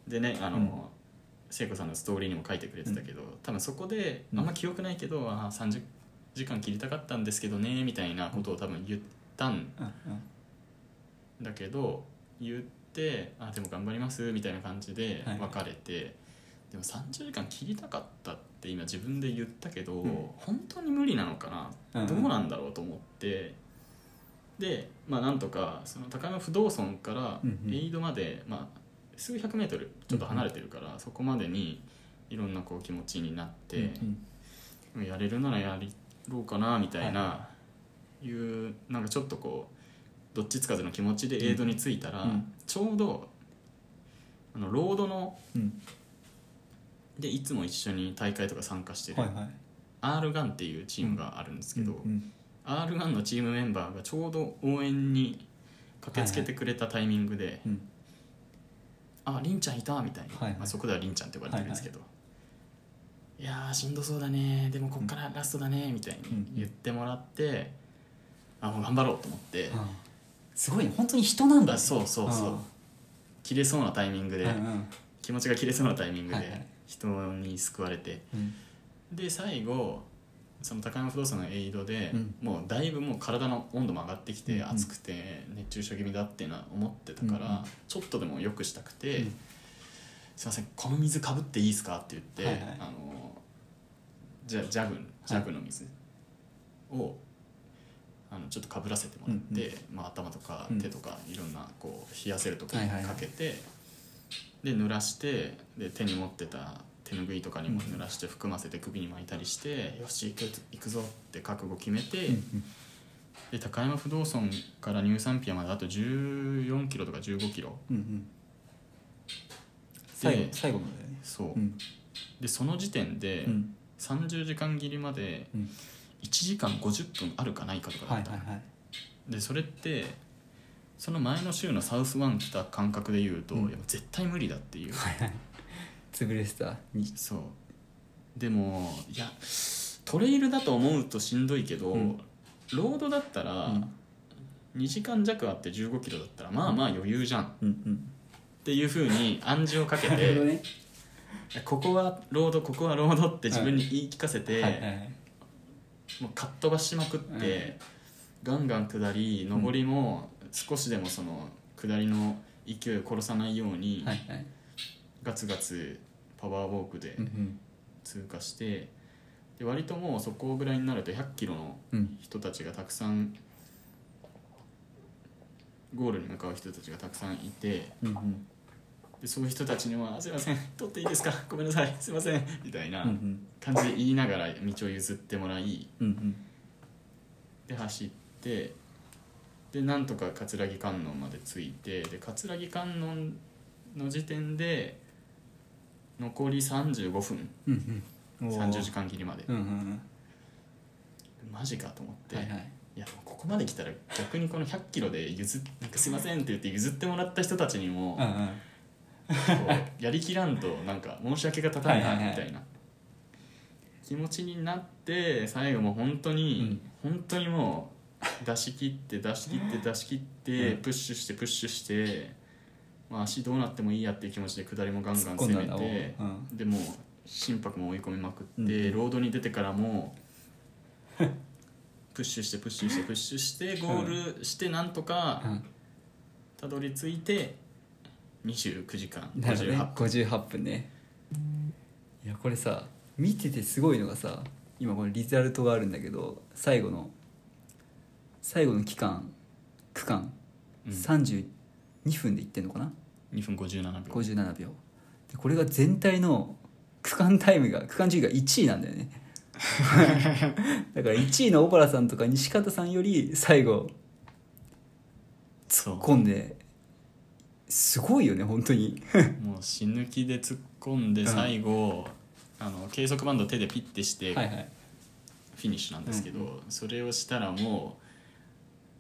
S1: でねあの、
S2: うん
S1: 聖子さんのストーリーにも書いてくれてたけど、多分そこで
S2: うん
S1: あんま記憶ないけど、ああ30時間切りたかったんですけどねみたいなことを多分言ったん
S2: うんうん
S1: だけど言ってあでも頑張りますみたいな感じで
S2: はい
S1: 別れて、でも30時間切りたかったって今自分で言ったけど、
S2: うん
S1: 本当に無理なのかな
S2: うん
S1: どうなんだろうと思ってでまあなんとかその高山不動尊から
S2: うんうん
S1: エイドまで、まあ、数百メートルちょっと離れてるから、そこまでにいろんなこう気持ちになって、
S2: うん
S1: やれるならやりろうかなみたいな、い、うなんかちょっとこうどっちつかずの気持ちでエイドに着いたら、
S2: うんうん
S1: ちょうどあのロードの
S2: うん
S1: でいつも一緒に大会とか参加してる、
S2: はいはい
S1: R1 っていうチームがあるんですけど、
S2: うん
S1: R1 のチームメンバーがちょうど応援に駆けつけてくれたタイミングで、
S2: うん
S1: ありんちゃんいたみたいな、
S2: はいはい
S1: まあ、そこではりんちゃんって呼ばれてるんですけど、いやーしんどそうだねでもこっからラストだねみたいに言ってもらって、あもう頑張ろうと思って、
S2: ああすごいね本当に人なんだ
S1: あそうそうそう切れそうなタイミング
S2: う
S1: で、
S2: んうん
S1: 気持ちが切れそうなタイミング
S2: はいは
S1: で
S2: い
S1: 人に救われて
S2: うん
S1: で最後その高山不動産のエイドで、
S2: うん
S1: もうだいぶもう体の温度も上がってき
S2: うん
S1: て
S2: うん
S1: 暑くて熱中症気味だってな思ってたから、
S2: うんうん
S1: ちょっとでも良くしたくて「
S2: うん
S1: すいませんこの水かぶっていいですか?」って言って、
S2: はいはい
S1: あのじゃジャグジャグの水を、あのちょっとかぶらせてもらって、まあ、頭とか
S2: うん
S1: 手とかいろんなこう冷やせるところ
S2: はい
S1: に
S2: はいはい
S1: かけて、で濡らしてで手に持ってた手ぬぐいとかにも濡らして含ませて首に巻いたりして、よし行く行くぞって覚悟決めて、
S2: うんうん
S1: で高山不動尊から乳産ピアまであと14キロとか15キロ
S2: うんうん最後
S1: で
S2: 最後までだよね
S1: そう、
S2: うん
S1: でその時点で
S2: うん
S1: 30時間切りまで
S2: うん
S1: 1時間50分あるかないかとかだ
S2: は
S1: っ
S2: い
S1: た、
S2: はいはい
S1: でそれってその前の週のサウスワン来た感覚で言うと、
S2: うん
S1: いや絶対無理だっていう
S2: 潰れてたに
S1: そうでもいやトレイルだと思うとしんどいけど、
S2: うん
S1: ロードだったら
S2: うん
S1: 2時間弱あって1 5キロだったらまあまあ余裕じゃんっ
S2: うん
S1: ていうふうに暗示をかけ
S2: うんなるほど
S1: て
S2: ね
S1: ここはロードここはロードって自分に言い聞かせて、
S2: はいはい
S1: もうかっ飛ばしまくって、ガンガン下り上りも少しでもその下りの勢いを殺さないように、
S2: はいはい
S1: ガツガツパワーウォークで
S2: うん
S1: 通過して、で割ともうそこぐらいになると1 0 0キロの
S2: うん
S1: 人たちがたくさんゴールに向かう人たちがたくさんいて
S2: うんうん
S1: でそういう人たちには「すいません取っていいですかごめんなさいすいません」みたいな
S2: うんうん
S1: 感じで言いながら道を譲ってもらい
S2: うん
S1: で走ってでなんとか葛城観音まで着いてで葛城観音の時点で残り35分
S2: うんうんうん
S1: 30時間切りまで
S2: うんうん
S1: マジかと思って、
S2: はい
S1: い、
S2: はい
S1: やでもここまで来たら逆にこの1 0 0キロで譲っなんかすいませんって言って譲ってもらった人たちにも
S2: うんうん
S1: こうやりきらんとなんか申し訳が立たないな
S2: はいはいはい
S1: みたいな気持ちになって最後もう本当に、本当にもう出し切って出し切って出し切って
S2: うん
S1: プッシュしてプッシュして、まあ、足どうなってもいいやっていう気持ちで下りもガンガ
S2: 突っ
S1: ン
S2: 込
S1: 攻
S2: んだ
S1: め
S2: んだ
S1: て
S2: おううん
S1: でもう心拍も追い込みまくって、
S2: うん
S1: ロードに出てから もプッシュしてプッシュしてプッシュしてゴールしてなんとか
S2: うん
S1: たどり着いて29時間
S2: なるほど
S1: 58
S2: ね58分ねいやこれさ見ててすごいのがさ今これリザルトがあるんだけど最後の最後の期間区間、
S1: うん
S2: 32分でいってんのかな
S1: 2分57秒
S2: 57秒でこれが全体の区間タイムが区間順位が1位なんだよ ねだから1位の小原さんとか西方さんより最後
S1: そう
S2: 突っ込んですごいよね本当に
S1: もう死ぬ気で突っ込んで
S2: うん
S1: 最後、あの計測バンド手でピッてしてフ
S2: はいはい
S1: ィニッシュなんですけど、それをしたらも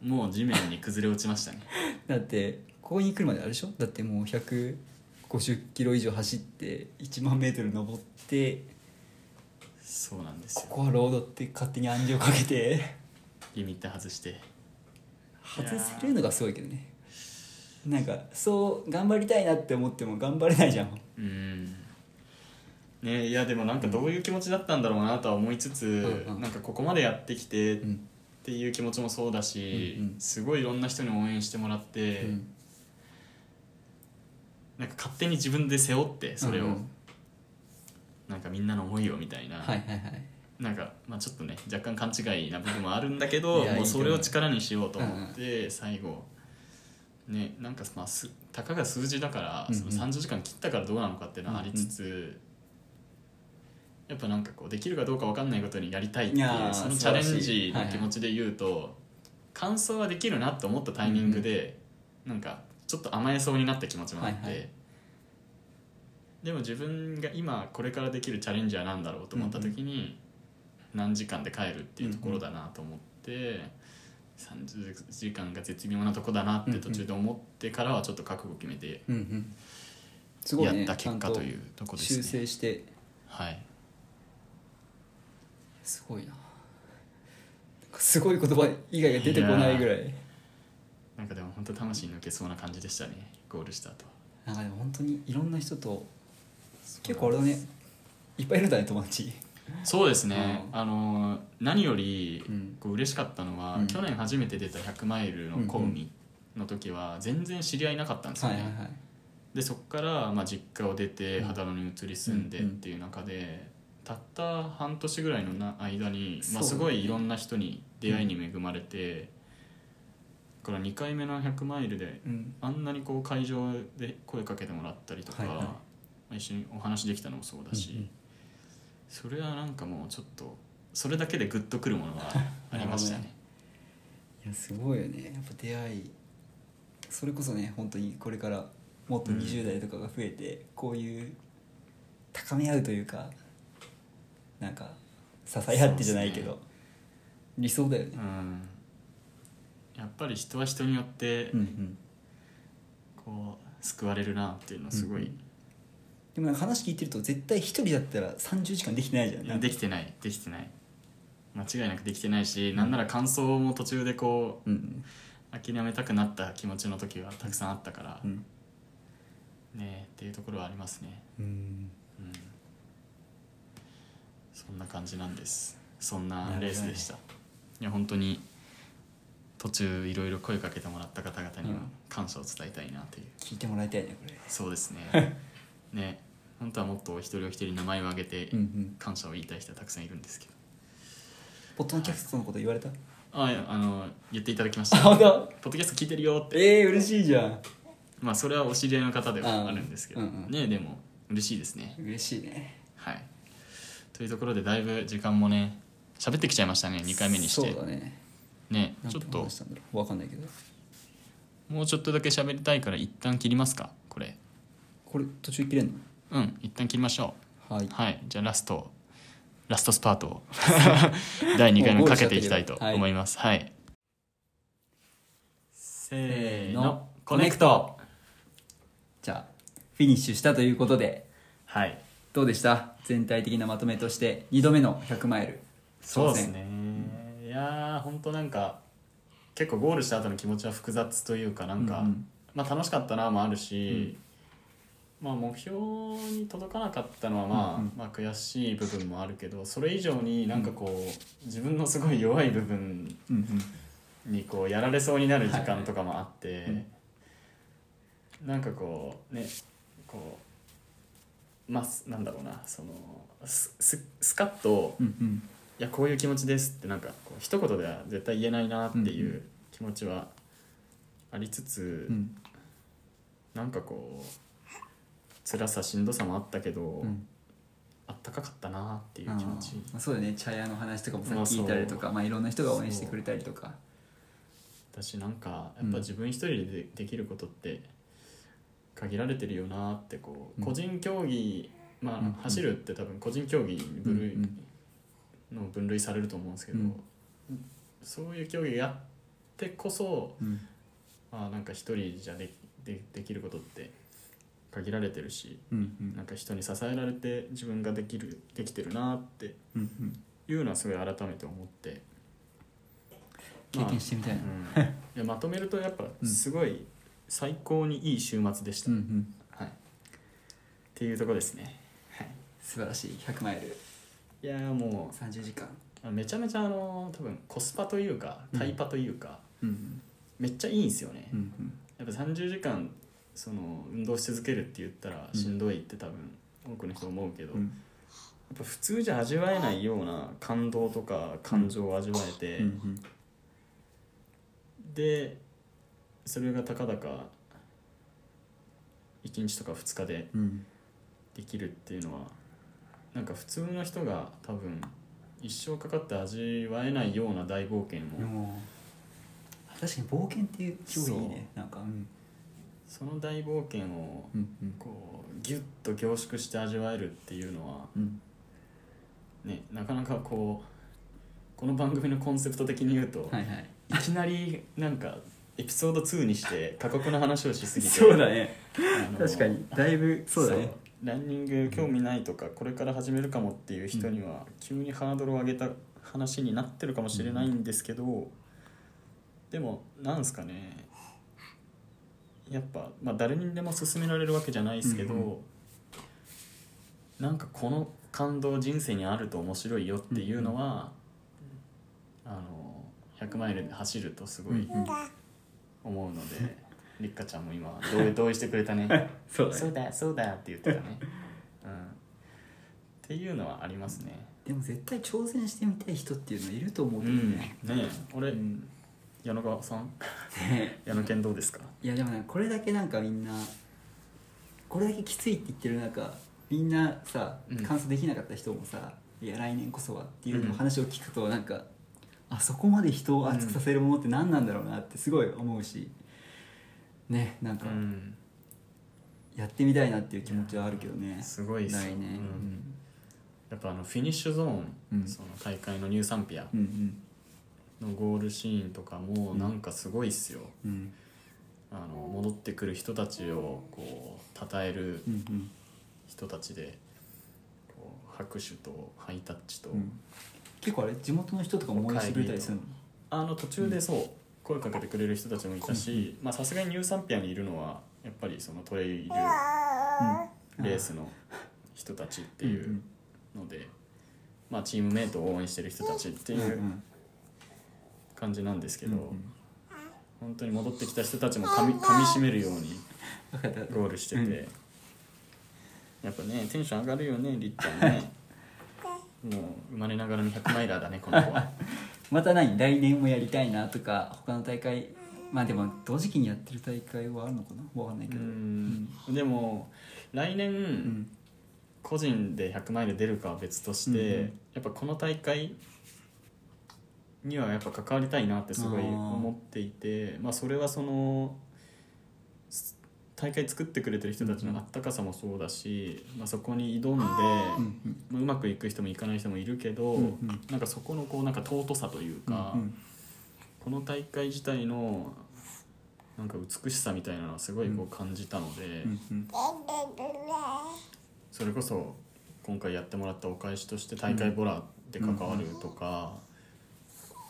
S1: うもう地面に崩れ落ちましたね
S2: だってここに来るまであれでしょだってもう150キロ以上走って1万メートル登って
S1: そうなんです
S2: こ
S1: よ
S2: こはロードって勝手に暗示をかけて
S1: リミッター外して
S2: 外せるのがすごいけどねなんかそう頑張りたいなって思っても頑張れないじゃん
S1: うんねいやでもなんかどういう気持ちだったんだろうなとは思いつつ、
S2: うんうん
S1: なんかここまでやってきてっ
S2: うん
S1: ていう気持ちもそうだし、
S2: うんうん
S1: すごいいろんな人に応援してもらって、
S2: うん
S1: なんか勝手に自分で背負ってそれを、
S2: うんうん
S1: なんかみんなの思いをみたいな、
S2: はいはいはい
S1: なんか、まあ、ちょっとね若干勘違いな部分もあるんだけど
S2: いや
S1: もう
S2: いいと
S1: そ
S2: 思う
S1: れを力にしようと思って最後、ねなんかまあすたかが数字だから、
S2: うんうん
S1: その30時間切ったからどうなのかっていうのはありつつ、やっぱなんかこうできるかどうか分かんないことにやりたいってい
S2: いや
S1: う
S2: ー
S1: その
S2: 素
S1: チ
S2: 晴
S1: ャ
S2: ら
S1: レ
S2: しい
S1: ンジの気持ちで言うと、完走はできるなと思ったタイミングで、なんかちょっと甘えそうになった気持ちもあって。
S2: はいはい
S1: でも自分が今これからできるチャレンジは何だろうと思った時に何時間で帰るっていうところだなと思って30時間が絶妙なとこだなって途中で思ってからはちょっと覚悟決めて
S2: うんうんすごい
S1: や
S2: ね
S1: った結果というとこ
S2: ちゃんと
S1: で
S2: 修
S1: すね。
S2: 正して
S1: はい、
S2: すごいななんかすごい言葉以外が出てこないぐらい
S1: なんかでも本当魂抜けそうな感じでしたねゴールした後は
S2: なんかでも本当にいろんな人と結構あれだねいっぱいいるんだね友達
S1: そうですね、
S2: う
S1: あのー何より
S2: うん
S1: こう嬉しかったのは、
S2: うん
S1: 去年初めて出た100マイルの小海の時は全然知り合いなかったんですよ
S2: はい
S1: ね、
S2: はいはい
S1: でそこからまあ実家を出て
S2: うん
S1: 秦野に移り住んでっていう中でたった半年ぐらいのな間に、まあ、
S2: そ
S1: す
S2: うだ
S1: ご
S2: ね
S1: いいろんな人に出会いに恵まれてだから2回目の100マイルで
S2: うん
S1: あんなにこう会場で声かけてもらったりとか、
S2: はいはい
S1: まあ一緒にお話できたのもそうだし、
S2: うんうん
S1: それはなんかもうちょっとそれだけでグッとくるもの がありました
S2: なる
S1: ね。
S2: いやすごいよねやっぱ出会いそれこそね本当にこれからもっと
S1: うん
S2: 20代とかが増えて、こういう高め合うというかなんか支え合ってじゃないけど、
S1: そう
S2: 理想だよ
S1: う
S2: ね、
S1: ん、やっぱり人は人によって
S2: うんうん
S1: こう救われるなっていうのはすごい、
S2: うんでもなんか話聞いてると絶対一人だったら30時間できないじゃん
S1: いやできてないできてない間違いなくできてないし、なんなら感想も途中でこ
S2: うん
S1: う諦めたくなった気持ちの時はたくさんあったから、
S2: うん
S1: ねっていうところはありますね
S2: うん
S1: うんそんな感じなんですそんなレースでしたいや本当に途中いろいろ声かけてもらった方々には
S2: うん
S1: 感謝を伝えたいなという、
S2: 聞いてもらいたいねこれ
S1: そうですね ね本当はもっとお一人お一人名前を挙げて
S2: うんうん
S1: 感謝を言いたい人はたくさんいるんですけど
S2: ポッドキャストのこと言われた
S1: あいやあの言っていただきまし
S2: あ
S1: たポ
S2: 本
S1: ッ
S2: 当
S1: ドキャスト聞いてるよって
S2: えー、嬉しいじゃん
S1: まあそれはお知り合いの方ではあるんですけど、
S2: あーうんうん
S1: ねでも嬉しいですね
S2: 嬉しいね
S1: はいというところでだいぶ時間もね喋ってきちゃいましたね2回目にして
S2: そうだね
S1: ね
S2: なん
S1: ち
S2: て
S1: ょっと
S2: 話したんだろうわかんないけど
S1: もうちょっとだけ喋りたいから一旦切りますかこれ
S2: これ途中切れんの
S1: うん一旦切りましょ
S2: はいう
S1: はいじゃあラストラストスパー トを第2回目かけていきたいと思いますはい、せーのコネクト
S2: じゃあフィニッシュしたということで
S1: はい
S2: どうでした全体的なまとめとして2度目の100マイル
S1: そうですねいやーほんとなんか結構ゴールした後の気持ちは複雑というかなんか、
S2: うんうん
S1: まあ、楽しかったなもあるし、まあ、目標に届かなかったのは、まあ
S2: うんうん
S1: まあ、悔しい部分もあるけどそれ以上になんかこう自分のすごい弱い部分
S2: うんうん
S1: にこうやられそうになる時間とかもあって、
S2: うん
S1: なんかこうねこうまあすなんだろうなそのすすスカッと
S2: うんうん
S1: いやこういう気持ちですってなんかこう一言では絶対言えないなってい
S2: んう
S1: うう気持ちはありつつ、
S2: うん
S1: なんかこう辛さしんどさもあったけど、
S2: うん
S1: あったかかったなっていう
S2: あ
S1: 気持ち
S2: ーそうだね茶屋の話とかもさ
S1: ま
S2: っ
S1: あ
S2: き
S1: そう
S2: 聞いたりとか、まあ、いろんな人が応援してくれたりとか
S1: だしなんか
S2: う
S1: や
S2: ん
S1: っぱ自分一人ででできることって限られてるよなってこう、
S2: うん
S1: 個人競技まあ、
S2: うん
S1: 走るって多分個人競技に分類、
S2: うんうん
S1: の分類されると思うんですけど、
S2: うん
S1: そういう競技やってこそ
S2: うん
S1: まあなんか一人じゃででできることって限られてるし
S2: うん
S1: なんか人に支えられて自分ができるできてるなって
S2: うんうん
S1: いうのはすごい改めて思って、
S2: 経験してみたいな、
S1: うん、いやまとめるとやっぱ
S2: うん
S1: すごい最高にいい週末でした、
S2: うんうん
S1: はい、っていうとこですね、はい、
S2: 素晴らしい100マイル
S1: いやーも
S2: 30時間
S1: うめちゃめちゃあの多分コスパというかタイパというか、
S2: うん
S1: めっちゃいいんですよね、
S2: うんうん
S1: やっぱ30時間その運動し続けるって言ったら
S2: うん
S1: しんどいって多分多くの人思うけど、
S2: う
S1: や
S2: ん
S1: っぱ普通じゃ味わえないような感動とか感情を味わえて、
S2: うん
S1: でそれがたかだか1日とか2日で
S2: うんうん
S1: できるっていうのはなんか普通の人が多分一生かかって味わえないような大冒険
S2: で
S1: を
S2: も確かに冒険っていう競技いいねなんかうん
S1: その大冒険を
S2: うんうん
S1: こうギュッと凝縮して味わえるっていうのは
S2: うん
S1: ねなかなかこうこの番組のコンセプト的に言うと、
S2: はいはい
S1: い、きなりなんかエピソード2にして過酷な話をしすぎて
S2: ね
S1: あの
S2: 確かにだいぶそうだね
S1: ランニング興味ないとかこれから始めるかもっていう人には急にハードルを上げた話になってるかもしれないんですけどでもなんすかねやっぱ、まあ、誰にでも勧められるわけじゃないですけ
S2: うんう
S1: どなんかこの感動人生にあると面白いよっていうのはあの100マイルで走るとすごい
S2: うんうん
S1: 思うのでりっかちゃんも今同意同意してくれた ね。
S2: そうだ
S1: そ
S2: ね
S1: うだそうだって言ってた ね、うん、っていうのはありますね
S2: でも絶対挑戦してみたい人っていうのはいると思うけど
S1: ね
S2: ね
S1: え俺、
S2: うん
S1: 矢野川さん
S2: ね
S1: 矢野健どうですか
S2: いやでもねこれだけなんかみんなこれだけきついって言ってる中みんなさ
S1: うん
S2: 完走できなかった人もさ、いや来年こそはっていうの
S1: うん
S2: 話を聞くとなんか、あそこまで人を熱くさせるものって何なんだろうなってすごい思うしねなんか
S1: ん
S2: やってみたいなっていう気持ちはあるけどね、
S1: すごいっ
S2: 来
S1: すよ
S2: 年、
S1: うんやっぱあのフィニッシュゾーン、
S2: うん
S1: その大会のニューサンピア
S2: うんうん
S1: のゴールシーンとかも
S2: うん
S1: なんかすごいっすよ、
S2: うん
S1: あの戻ってくる人たちをこう称える
S2: うんうん
S1: 人たちでこう拍手とハイタッチと、
S2: うん結構あれ地元の人とかも応援してくれたりするの
S1: あの途中でそう、声かけてくれる人たちもいたしまあさすがにニューサンピアにいるのはやっぱりそのトレイルレースの人たちっていうので、まあ、チームメイトを応援してる人たちって
S2: うん
S1: いううん感じなんですけ
S2: う
S1: ど、
S2: んうん
S1: 本当に戻ってきた人たちもかみかみしめるように
S2: わかったわかっ
S1: ゴールしてて、やっぱねテンション上がるよねりっちゃん ねもう生まれながらの100マイラーだねこの子 は
S2: たまた何来年もやりたいなとか他の大会まあでも同時期にやってる大会はあるのかなわかんないうけどうん
S1: んでも来年、個人で100マイル出るかは別として、
S2: うんうん
S1: やっぱこの大会にはやっぱ関わりたいなってすごい
S2: あー
S1: 思っていてまあそれはそのす大会作ってくれてる人たちのあったかさもそうだし、まあ、そこに挑んで、
S2: うん
S1: まあうまくいく人もいかない人もいるけど、
S2: うんうん
S1: なんかそこのこうなんか尊さという
S2: うん
S1: か、
S2: うん
S1: この大会自体のなんか美しさみたいなのはすごいこう感じたので。
S2: うんうん
S1: それこそ今回やってもらったお返しとして大会ボラで関わるとか、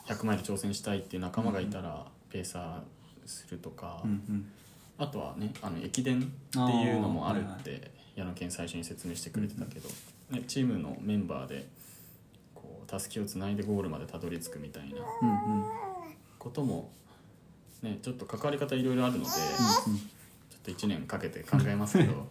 S1: 100マイル挑戦したいっていう仲間がいたらペーサーするとか、
S2: うんうん
S1: あとはねあの駅伝っていうのもあるって矢野健最初に説明してくれてたけど、ね、チームのメンバーでこうたすきをつないでゴールまでたどり着くみたいな
S2: うんうん
S1: ことも、ね、ちょっと関わり方いろいろあるので、ちょっと1年かけて考えますけ ど。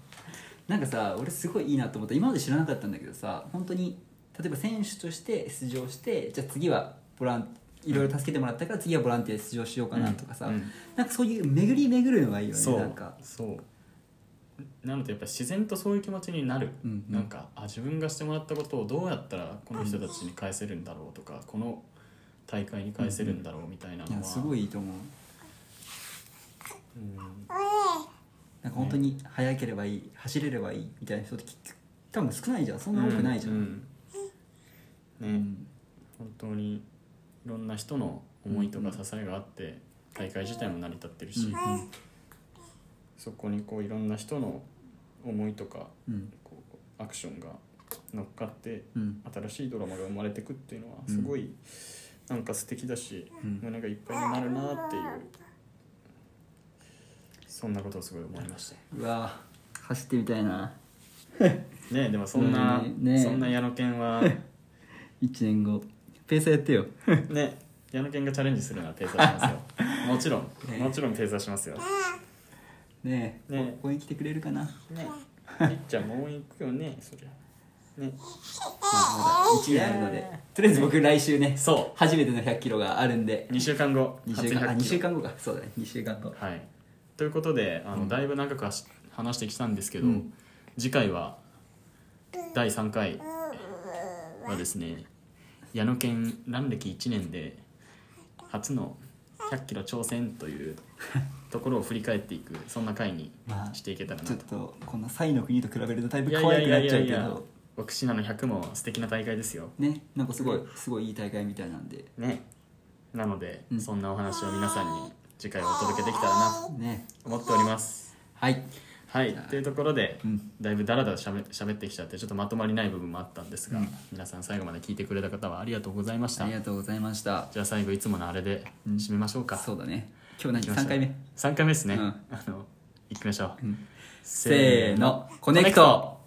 S2: なんかさ俺すごいいいなと思った今まで知らなかったんだけどさ本当に例えば選手として出場してじゃあ次はボランいろいろ助けてもらったから次はボランティアで出場しようかなとかさ、
S1: うんうん
S2: なんかそういう巡り巡るのがいいよね
S1: そう
S2: なんか
S1: そうなのでやっぱ自然とそういう気持ちになる、
S2: うんうん
S1: なんかあ自分がしてもらったことをどうやったらこの人たちに返せるんだろうとかこの大会に返せるんだろうみたいなの
S2: い
S1: は、う
S2: や
S1: ん、
S2: すごいいいと思うなんか本当に速ければいい走れればいいみたいな人って結局多分少ないじゃんそんな多くないじゃん、
S1: う
S2: うん
S1: うんね、本当にいろんな人の思いとか支えがあって大会自体も成り立ってるし、
S2: うん
S1: そこにこういろんな人の思いとか
S2: うん
S1: こうアクションが乗っかって
S2: うん
S1: 新しいドラマが生まれてくっていうのはすごい、なんか素敵だし、
S2: うん
S1: 胸がいっぱいになるなっていうそんなことをすごい思いまし
S2: うわ走ってみたいな
S1: たねえでもそんな、
S2: うんねえ
S1: そんな矢野犬 は
S2: 1年後ペーサーやってよ
S1: ね矢野犬がチャレンジするならペーサーしますよ もちろん、もちろんペーサーしますよ
S2: ねえ
S1: ね
S2: 応援来てくれるかな、ま
S1: えねえりっちゃんも応援行くよねそりゃね
S2: あ、まだ1年あるのでとりあえず僕来週ね
S1: そ
S2: 初めての1 0 0キロがあるんで
S1: う2週間後
S2: 2週間あ
S1: 初100
S2: 2週間後かそうだね2週間後
S1: はい、ということであの、だいぶ長くはし話してきたんですけど、
S2: うん
S1: 次回は第3回はですね矢野犬蘭歴1年で初の100キロ挑戦というところを振り返っていくそんな回に
S2: まあ
S1: していけたらな
S2: ち
S1: と
S2: ょっ。とこのサイの国と比べるとだいぶ
S1: いやい
S2: 可
S1: や
S2: 愛
S1: い
S2: くな
S1: や
S2: っ
S1: い
S2: ちゃ
S1: や
S2: う
S1: い
S2: け
S1: や
S2: ど
S1: 僕シナの100も素敵な大会ですよ。
S2: ねなんかすごいすごいいい大会みたいなんで
S1: ね。なので、
S2: うん
S1: そんなお話を皆さんに次回お届けできたらなと
S2: ね
S1: 思っております。
S2: はい
S1: はい、というところで、
S2: うん
S1: だいぶだらだらしゃべ喋ってきちゃってちょっとまとまりない部分もあったんですが、
S2: うん
S1: 皆さん最後まで聞いてくれた方はありがとうございまし
S2: あ
S1: た
S2: り
S1: じ
S2: がとうございました
S1: ゃあ最後いつものあれで締めましょうか、
S2: そうだね今日
S1: 行きましょ
S2: 何
S1: う
S2: 3回目
S1: 3回目ですね、
S2: うん
S1: あの行きましょう、
S2: せーのコネクト